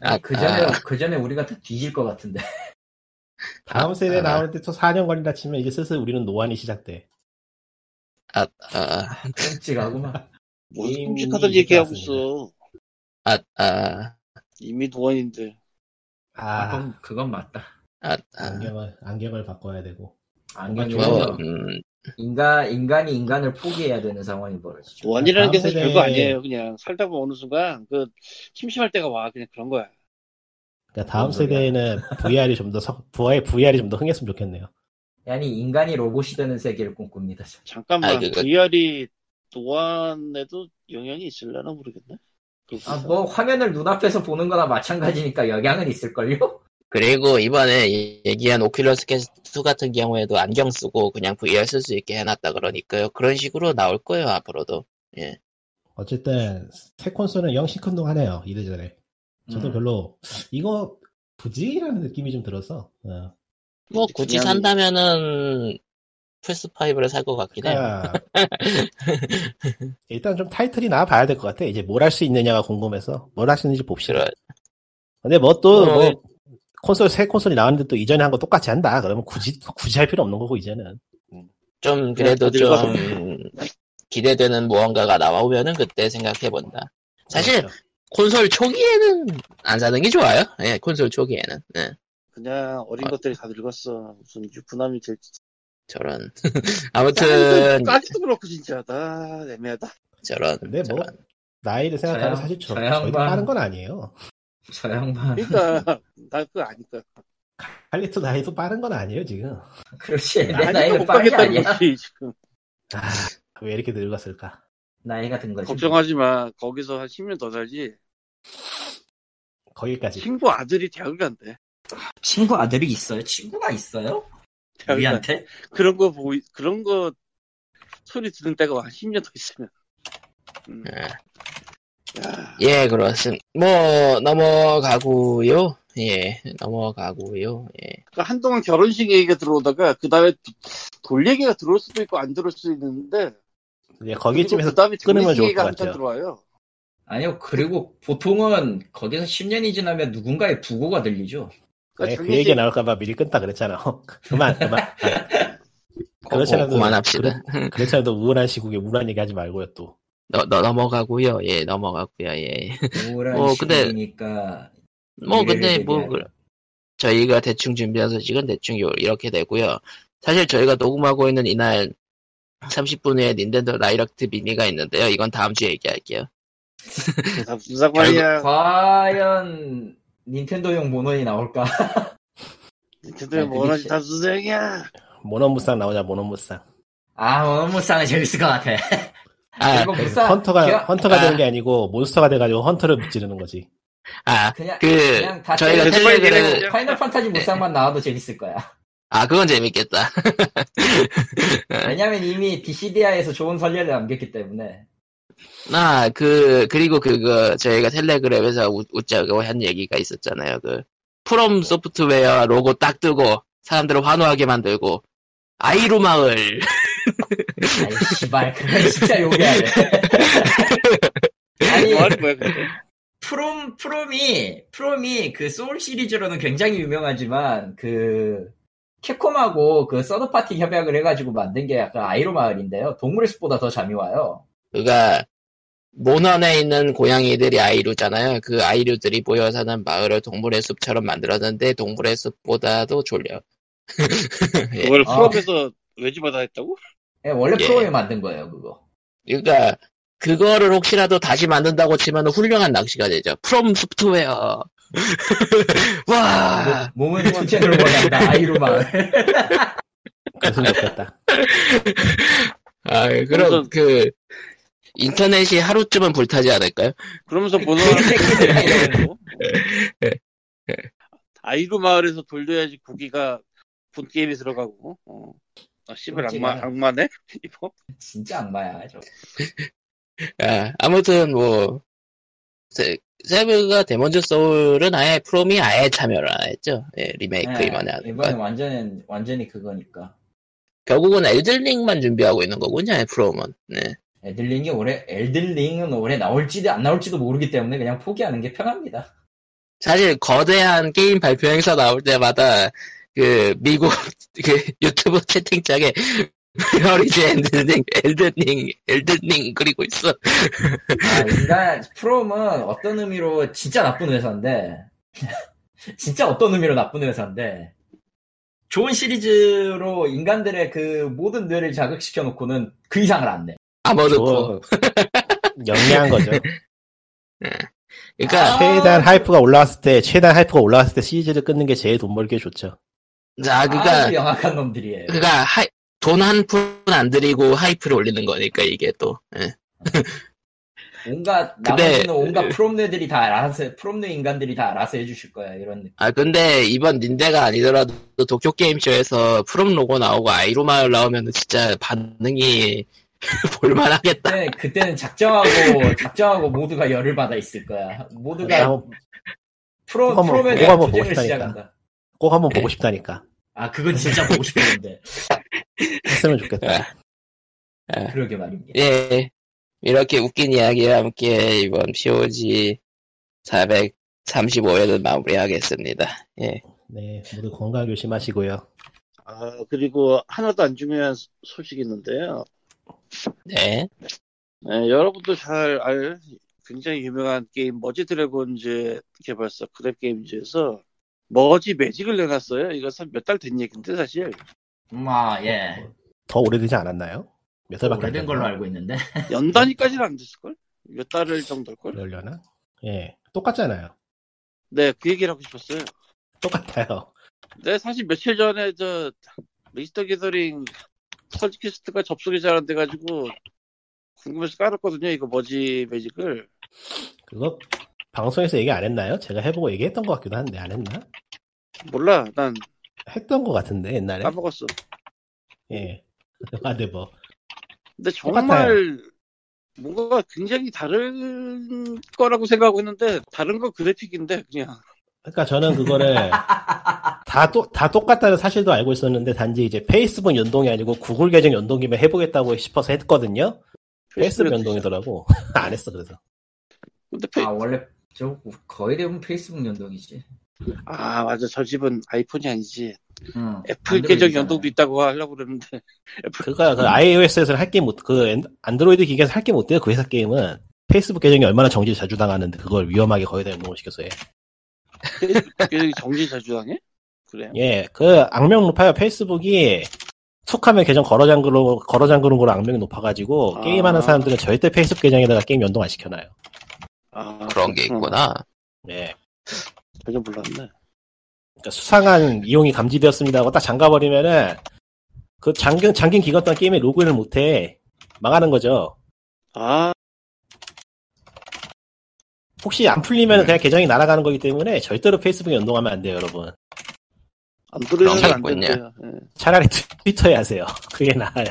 S1: 아,
S3: 그 전에
S1: 아,
S3: 그 전에 우리가 다 뒤질 것 같은데. [laughs]
S2: 다음 세대
S1: 아.
S2: 나올 때 또 4년 걸린다 치면 이제 슬슬 우리는 노안이 시작돼.
S1: 아, 아.
S3: 끔찍하구만.
S4: 무슨
S2: 게임이
S4: 끔찍하던 얘기하고
S2: 이제 나왔습니다.
S4: 있어.
S1: 아, 아,
S4: 이미 도원인데.
S3: 아,
S2: 아,
S3: 그건, 그건 맞다.
S1: 아, 아,
S2: 안경을, 안경을 바꿔야 되고.
S3: 안간이
S2: 좀
S1: 뭐,
S2: 그래서-
S1: 음,
S3: 인간 인간이 인간을 포기해야 되는 상황이 벌어지죠.
S4: 원이라는 게
S2: 다음
S4: 사실
S2: 세대에-
S4: 별거 아니에요. 그냥 살다 보면 어느 순간 그 심심할 때가 와 그냥 그런 거야.
S2: 그러니까 다음
S3: 뭔 소리야.
S2: 세대에는 VR이 좀 더, VR, VR이 좀 더 흥했으면 좋겠네요.
S3: 아니 인간이 로봇이 되는 세계를 꿈꿉니다. 저는.
S4: 잠깐만
S1: 아, 그거-
S4: VR이 노안에도 영향이 있을려나 모르겠네. 그-
S3: 아, 뭐 화면을 눈앞에서 보는 거나 마찬가지니까 영향은 있을걸요?
S1: 그리고 이번에 이- 얘기한 오큘러스 퀘스트 같은 경우에도 안경 쓰고 그냥 VR 쓸 수 있게 해놨다 그러니까요. 그런 식으로 나올 거예요, 앞으로도.
S2: 어쨌든, 새 콘솔은 영 시큰둥하네요, 이래저래. 저도
S3: 음.
S2: 별로, 이거, 굳이라는 느낌이 좀 들어서. 어.
S1: 뭐, 굳이
S4: 그냥-
S1: 산다면은, 플스5를 살 것 같긴 해요.
S2: 그러니까 [laughs] 일단 좀 타이틀이 나와봐야 될 것 같아. 이제 뭘 할 수 있느냐가 궁금해서 뭘 할 수 있는지 봅시다.
S1: 그래.
S2: 근데 뭐 또
S1: 어,
S2: 뭐
S1: 예.
S2: 콘솔 새 콘솔이 나왔는데 또 이전에 한 거 똑같이 한다. 그러면 굳이 굳이 할 필요 없는 거고 이제는.
S1: 좀, 그래도
S4: 그냥 다
S1: 좀, 기대되는 무언가가 나오면은 그때 생각해본다. 사실,
S2: 그렇죠.
S1: 콘솔 초기에는 안 사는 게 좋아요. 예, 콘솔 초기에는. 예,
S4: 그냥 어린
S1: 아.
S4: 것들이 다 늙었어. 무슨 유부남이 될지.
S1: 저런. [laughs]
S4: 싸기도-
S1: 아무튼,
S4: 싸기도 그렇고 진짜 나 애매하다.
S1: 저런.
S2: 근데 뭐
S1: 저런.
S2: 나이를
S3: 저
S2: 생각하면
S3: 양-
S2: 사실 저,
S3: 저
S2: 저희도
S3: 양반.
S2: 빠른 건 아니에요.
S3: 저 양반 [laughs]
S4: 그러니까 나 그거 아니까.
S2: 칼리토 나이도 빠른 건 아니에요 지금.
S3: 그렇지 내
S4: 아니까
S3: 나이는
S4: 못
S3: 빠른 게
S4: 가겠다는
S3: 아니야
S4: 거지 지금.
S2: 아, 왜 이렇게 늙었을까?
S3: 나이가 든 거지
S4: 걱정하지 마. 거기서 한 10년 더 살지.
S2: 거기까지.
S4: 친구 아들이 대학을 간대.
S3: 친구 아들이 있어요? 친구가 있어요?
S4: 대학을 간대.
S3: 우리한테?
S4: 그러니까 그런 거 보이 그런 거 소리 들은 때가 한 10년 더 있으면. 음.
S1: 예.
S4: 야,
S1: 예, 그렇습니다. 뭐, 넘어가고요. 예, 넘어가고요. 예.
S4: 그러니까 한동안 결혼식 얘기가 들어오다가 그 다음에 돌 얘기가 들어올 수도 있고 안 들어올 수도 있는데
S2: 이제 거기쯤에서
S4: 그다음에
S2: 끊으면
S4: 장례식
S2: 좋을
S4: 얘기가
S2: 것
S4: 한참
S2: 같아요.
S4: 들어와요.
S3: 아니요 그리고 보통은 거기서 10년이 지나면 누군가의 부고가 [laughs] 들리죠
S2: 예,
S4: 그러니까
S2: 그
S4: 장례식
S2: 얘기 나올까봐 미리 끊다 그랬잖아. [laughs] 그만 그만.
S1: [laughs] 고, 고, 그만합시다.
S2: 그렇- 그렇잖아도 우울한 시국에 우울한 얘기 하지 말고요 또.
S1: 너, 너, 넘어가고요. 예, 넘어가고요. 예.
S3: 우울한
S1: 어, 근데-
S3: 시기니까
S1: 뭐,
S3: 미래를
S1: 근데, 뭐,
S3: 대비하는.
S1: 그- 저희가 대충 준비한 소식은 대충 요, 이렇게 되고요. 사실 저희가 녹음하고 있는 이날 30분 후에 닌텐도 라이락트 미니가 있는데요. 이건 다음 주에 얘기할게요.
S4: 다 무슨 상관이야.
S3: 과연 닌텐도용 모노이 나올까?
S4: 근데
S3: 아니,
S4: 뭐라
S3: 그게
S4: 다 무슨 상이야.
S2: 모노무쌍 나오자 모노무쌍.
S3: 아 모노무쌍은 재밌을 것 같아
S1: 아,
S3: 이거 무쌍
S2: 헌터가
S3: 그냥,
S2: 헌터가
S1: 아.
S2: 되는 게 아니고 몬스터가 돼가지고 헌터를 무찌르는 거지.
S1: 아,
S3: 그냥,
S1: 그,
S3: 그냥 다
S1: 저희가
S3: 때려-
S4: 빨리
S1: 텔레그램,
S4: 내려가자.
S3: 파이널 판타지 무쌍만 나와도 재밌을 거야
S1: 아, 그건 재밌겠다. [laughs]
S3: 왜냐면 이미 DCDI에서 좋은 선례를 남겼기 때문에
S1: 아, 그, 그리고 그거, 저희가 텔레그램에서 웃, 웃자고 한 얘기가 있었잖아요. 그, 프롬 소프트웨어 로고 딱 뜨고, 사람들을 환호하게 만들고, 아이로 마을.
S3: 아이 씨발 그건 진짜 용이하네 아니
S4: 뭐 하는 거야 근데.
S3: 프롬 프롬이 프롬이 그 소울 시리즈로는 굉장히 유명하지만 그 캡콤하고 그 서드 파티 협약을 해가지고 만든 게 약간 아이로 마을인데요. 동물의 숲보다 더 잠이 와요.
S1: 그가 모난에 있는 고양이들이 아이루잖아요. 그 아이루들이 모여 사는 마을을 동물의 숲처럼 만들었는데 동물의 숲보다도 졸려. 예.
S4: 그걸
S3: 아.
S4: 프로에서 외지받아 했다고?
S3: 예, 원래
S1: 예.
S3: 프롬이 만든 거예요, 그거.
S1: 그러니까 그거를 혹시라도 다시 만든다고 치면 훌륭한 낚시가 되죠. 프롬 소프트웨어. [laughs] 와.
S3: 몸- 몸은 투첸으로
S1: [laughs]
S3: 원한다. 아이로 마을.
S2: 그랬으면 좋겠다.
S1: 아, 그럼
S4: 완전-
S1: 그 인터넷이 하루쯤은 불타지 않을까요?
S4: 그러면서 보는 아이루 마을에서 돌려야지 고기가 본 게임에 들어가고. 어. 아 씨발 악마
S3: 그렇지.
S4: 악마네 [laughs] 이거.
S3: 진짜 악마야. 저.
S1: 아, 아무튼 뭐 세, 세브가 데몬즈 소울은 아예 프롬이 아예 참여를 안 했죠. 예, 리메이크
S3: 예,
S1: 이번에 하는
S3: 이번에
S1: 건.
S3: 완전 완전히 그거니까.
S1: 결국은 엘들링만 준비하고 있는 거군요, 예, 프롬은. 네.
S3: 엘들링이 올해 엘들링은 올해 나올지도 안 나올지도 모르기 때문에 그냥 포기하는 게 편합니다.
S1: 사실 거대한 게임 발표 행사 나올 때마다 그 미국 [laughs] 그 유튜브 채팅창에 [laughs] 어리지 엘든링, 엘든링, 엘든링 그리고 있어.
S3: 아, 인간 프롬은 어떤 의미로 진짜 나쁜 회사인데 [laughs] 진짜 어떤 의미로 나쁜 회사인데 좋은 시리즈로 인간들의 그 모든 뇌를 자극시켜 놓고는 그 이상을 안 내.
S1: 아무도
S2: 뭐,
S1: [laughs]
S2: 영리한 거죠.
S1: 그러니까
S2: 최단 하이프가 올라왔을 때, 최단 하이프가 올라왔을 때 시리즈를 끊는 게 제일 돈 벌기에 좋죠.
S1: 자
S3: 아주
S1: 그러니까
S3: 영악한 놈들이에요.
S1: 그러니까 하이, 돈한 푼 안 들이고 하이프를 올리는 거니까 이게 또 예.
S3: 온갖
S1: 근데-
S3: 나머지는 온갖 프롬뇌들이 다 알아서 프롬뇌 인간들이 다 알아서 해주실 거야 이런 느낌.
S1: 아 근데 이번 닌데가 아니더라도 도쿄 게임쇼에서 프롬 로고 나오고 아이로마 나오면 진짜 반응이 [laughs] 볼만하겠다.
S3: 그때, 그때는 작정하고 [laughs] 작정하고 모두가 열을 받아 있을 거야.
S1: 네.
S3: 모두가
S2: 한번-
S3: 프로
S2: 그거 한번-
S3: 프롬에
S2: 그거
S3: 대한
S2: 한번
S3: 투쟁을
S2: 보고 싶다니까.
S3: 시작한다.
S2: 꼭 한번 보고 싶다니까.
S3: 아 그건 진짜 보고 싶었는데
S2: 했으면
S1: 네.
S2: 좋겠다.
S3: 그러게 말입니다.
S1: 예. 이렇게 웃긴 이야기와 함께 이번 POG 435회를 마무리하겠습니다. 예.
S2: 네, 모두 건강 조심하시고요.
S4: 아, 그리고 하나도 안 중요한 소- 소식이 있는데요.
S1: 네.
S4: 네, 여러분도 잘 알 굉장히 유명한 게임 머지 드래곤즈 개발사 그랩 게임즈에서 머지 매직을 내놨어요. 이것은 몇 달 된 얘기인데 사실
S3: 음, 아 예.
S2: 더 오래되지 않았나요? 몇 살밖에 안
S3: 오래된 걸로 알고 있는데
S4: 연 단위까지는 안 됐을 걸? 몇 달을 정도일 걸?
S2: 그러려나? 예, 똑같잖아요. [laughs]
S4: 네, 그 얘기를 하고 싶었어요.
S2: 똑같아요.
S4: 네, 사실 며칠 전에 저 미스터 게더링 설치 퀘스트가 접속이 잘 안 돼가지고 궁금해서 깔았거든요. 이거 머지 매직을.
S2: 그거 방송에서 얘기 안 했나요? 제가 해보고 얘기했던 것 같기도 한데 안 했나?
S4: 몰라, 난
S2: 했던 것 같은데 옛날에.
S4: 까먹었어.
S2: 예. [laughs] 아, 네 뭐.
S4: 근데
S2: 똑같아요.
S4: 정말 뭔가 굉장히 다른 거라고 생각하고 있는데 다른 거 그래픽인데 그냥
S2: 그러니까 저는
S3: [laughs]
S2: 그거를 다, 똑- 다 똑같다는 사실도 알고 있었는데 단지 이제 페이스북 연동이 아니고 구글 계정 연동이면 해보겠다고 싶어서 했거든요. 페이스북
S4: 그렇죠.
S2: 연동이더라고. [laughs] 안 했어 그래서.
S4: 근데 페이...
S3: 아 원래 저 거의 대부분 페이스북 연동이지.
S4: 아 맞아 저 집은 아이폰이 아니지
S3: 응,
S4: 애플 계정 연동도 있다고 하려고 그랬는데
S2: 그러니까 그 iOS에서 할 게임 못, 그 앤- 안드로이드 기기에서 할 게 못 돼요. 그 회사 게임은. 페이스북 계정이 얼마나 정지 자주 당하는데 그걸 위험하게 거의 다 연동을 시켜서 해.
S4: 계정이 정지 자주 당해? 그래
S2: 예, 그 악명 높아요. 페이스북이 툭하면 계정 걸어 잠그는 걸어 잠그는 걸로 악명이 높아가지고
S4: 아.
S2: 게임하는 사람들은 절대 페이스북 계정에다가 게임 연동 안 시켜놔요.
S4: 아
S1: 그런 게
S4: 그렇구나.
S1: 있구나.
S2: 예,
S4: 전혀 몰랐네
S2: 그러니까 수상한 이용이 감지되었습니다 하고 딱 잠가버리면은 그 잠긴, 잠긴 기간 동안 게임에 로그인을 못해 망하는 거죠.
S4: 아
S2: 혹시 안 풀리면 그냥 계정이 날아가는 거기 때문에 절대로 페이스북에 연동하면 안 돼요, 여러분.
S4: 안드로이드는
S1: 그런 게
S4: 안
S1: 있군요.
S4: 된대요 예.
S2: 차라리 [laughs] 트위터에 하세요. 그게 나아요.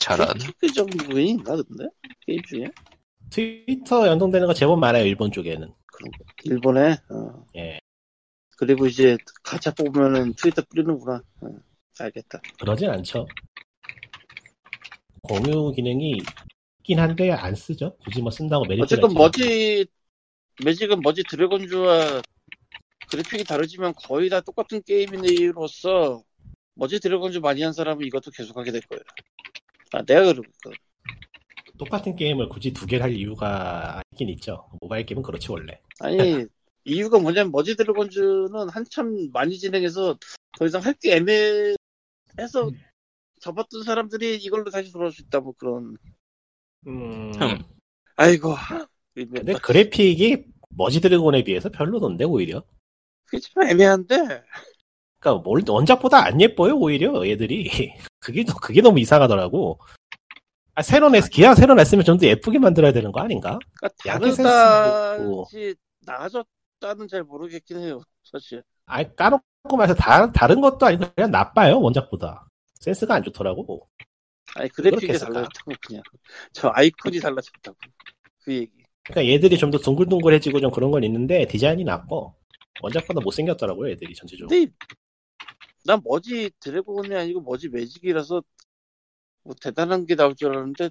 S1: 저런.
S4: 특정 부분인가 근데? 게임 중에?
S2: 트위터 연동되는 거 제법 많아요, 일본 쪽에는.
S4: 일본에 어.
S2: 예.
S4: 그리고 이제 가차 뽑으면은 트위터 뿌리는구나 어. 알겠다
S2: 그러진 않죠. 공유 기능이 있긴 한데 안 쓰죠. 굳이 뭐 쓴다고 메리트가
S4: 어쨌든
S2: 있지만.
S4: 머지 매직은 머지 드래곤즈와 그래픽이 다르지만 거의 다 똑같은 게임이로서 머지 드래곤즈 많이 한 사람은 이것도 계속하게 될 거예요. 아 내가 그러니까
S2: 똑같은 게임을 굳이 두 개를 할 이유가 있긴 있죠. 모바일 게임은 그렇지 원래.
S4: 아니 이유가 뭐냐면 머지 드래곤즈는 한참 많이 진행해서 더 이상 할 게 애매해서
S3: 음.
S4: 접었던 사람들이 이걸로 다시 돌아올 수 있다 뭐 그런 음.
S1: 흠.
S4: 아이고 뭐, 의미
S2: 근데
S4: 없다.
S2: 그래픽이 머지 드래곤에 비해서 별로던데 오히려.
S4: 그게 참 애매한데
S2: 그러니까 뭘- 원작보다 안 예뻐요 오히려 얘들이. [laughs] 그게 더- 그게 너무 이상하더라고. 아, 새로 냈 기왕 새로 냈으면 좀 더 예쁘게 만들어야 되는 거 아닌가?
S4: 그러니까
S2: 약의 센스도
S4: 다르다지
S2: 없고.
S4: 나아졌다는 잘 모르겠긴 해요 사실.
S2: 아 까놓고 말해서 다, 다른 것도 아니고 그냥 나빠요 원작보다. 센스가 안 좋더라고.
S4: 아니
S2: 그렇게
S4: 그래픽이
S2: 했을까?
S4: 달라졌다고 그냥 저 아이콘이 달라졌다고 그 얘기
S2: 그러니까 얘들이 좀 더 둥글둥글해지고 좀 그런 건 있는데 디자인이 낫고 원작보다 못생겼더라고요 얘들이 전체적으로.
S4: 근데 난 머지 드래곤이 아니고 머지 매직이라서 뭐 대단한 게 나올
S2: [laughs]
S4: 줄 알았는데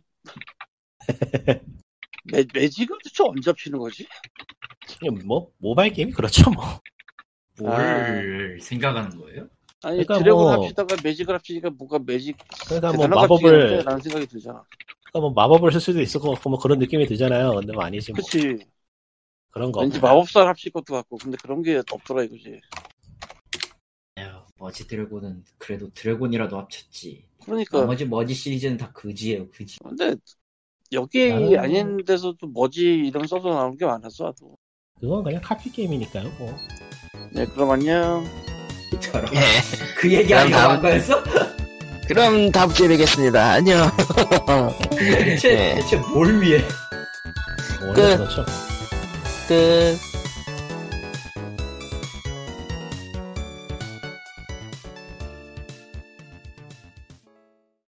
S4: 매, 매직은 도대체 언제 잡히는 거지?
S2: 그냥 뭐 모바일 게임이 그렇죠
S4: [laughs]
S2: 뭐.
S4: 아.
S3: 뭘 생각하는 거예요?
S4: 아니
S2: 그러니까
S4: 드래곤
S2: 뭐-
S4: 합치다가 매직을 합치니까 뭔가 매직
S2: 그러니까 뭐
S4: 대단한 거 합치긴
S2: 마법을 뭐
S4: 한데라는 생각이 들잖아
S2: 그러니까 뭐 마법을 쓸 수도 있을 것 같고 뭐 그런 느낌이 들잖아요. 근데 뭐 아니지 뭐.
S4: 그치
S2: 그런 거.
S4: 왠지
S2: 없나?
S4: 마법사 합칠 것도 같고 근데 그런 게 없더라 이거지
S3: 에휴, 머지 드래곤은 그래도 드래곤이라도 합쳤지.
S2: 아,
S4: 그러니까
S2: 뭐
S3: 나머지 머지 시리즈는 다 그지예요, 그지.
S4: 근데 여기
S2: 나는-
S4: 아닌 데서도 뭐지 이름 써서 나온 게 많았어 또
S2: 그건 그냥 카피 게임이니까요. 뭐.
S4: 네 그럼 안녕
S3: 저런.
S1: 예.
S3: 그 얘기하려고
S1: 다음-
S3: 한 거였어?
S1: 그럼 다음 주에 뵙겠습니다. 안녕.
S3: 대체,
S1: 네.
S3: 대체 뭘 위해?
S2: 뭐 원래
S4: 그
S1: 끝.
S2: 그렇죠.
S1: 끝.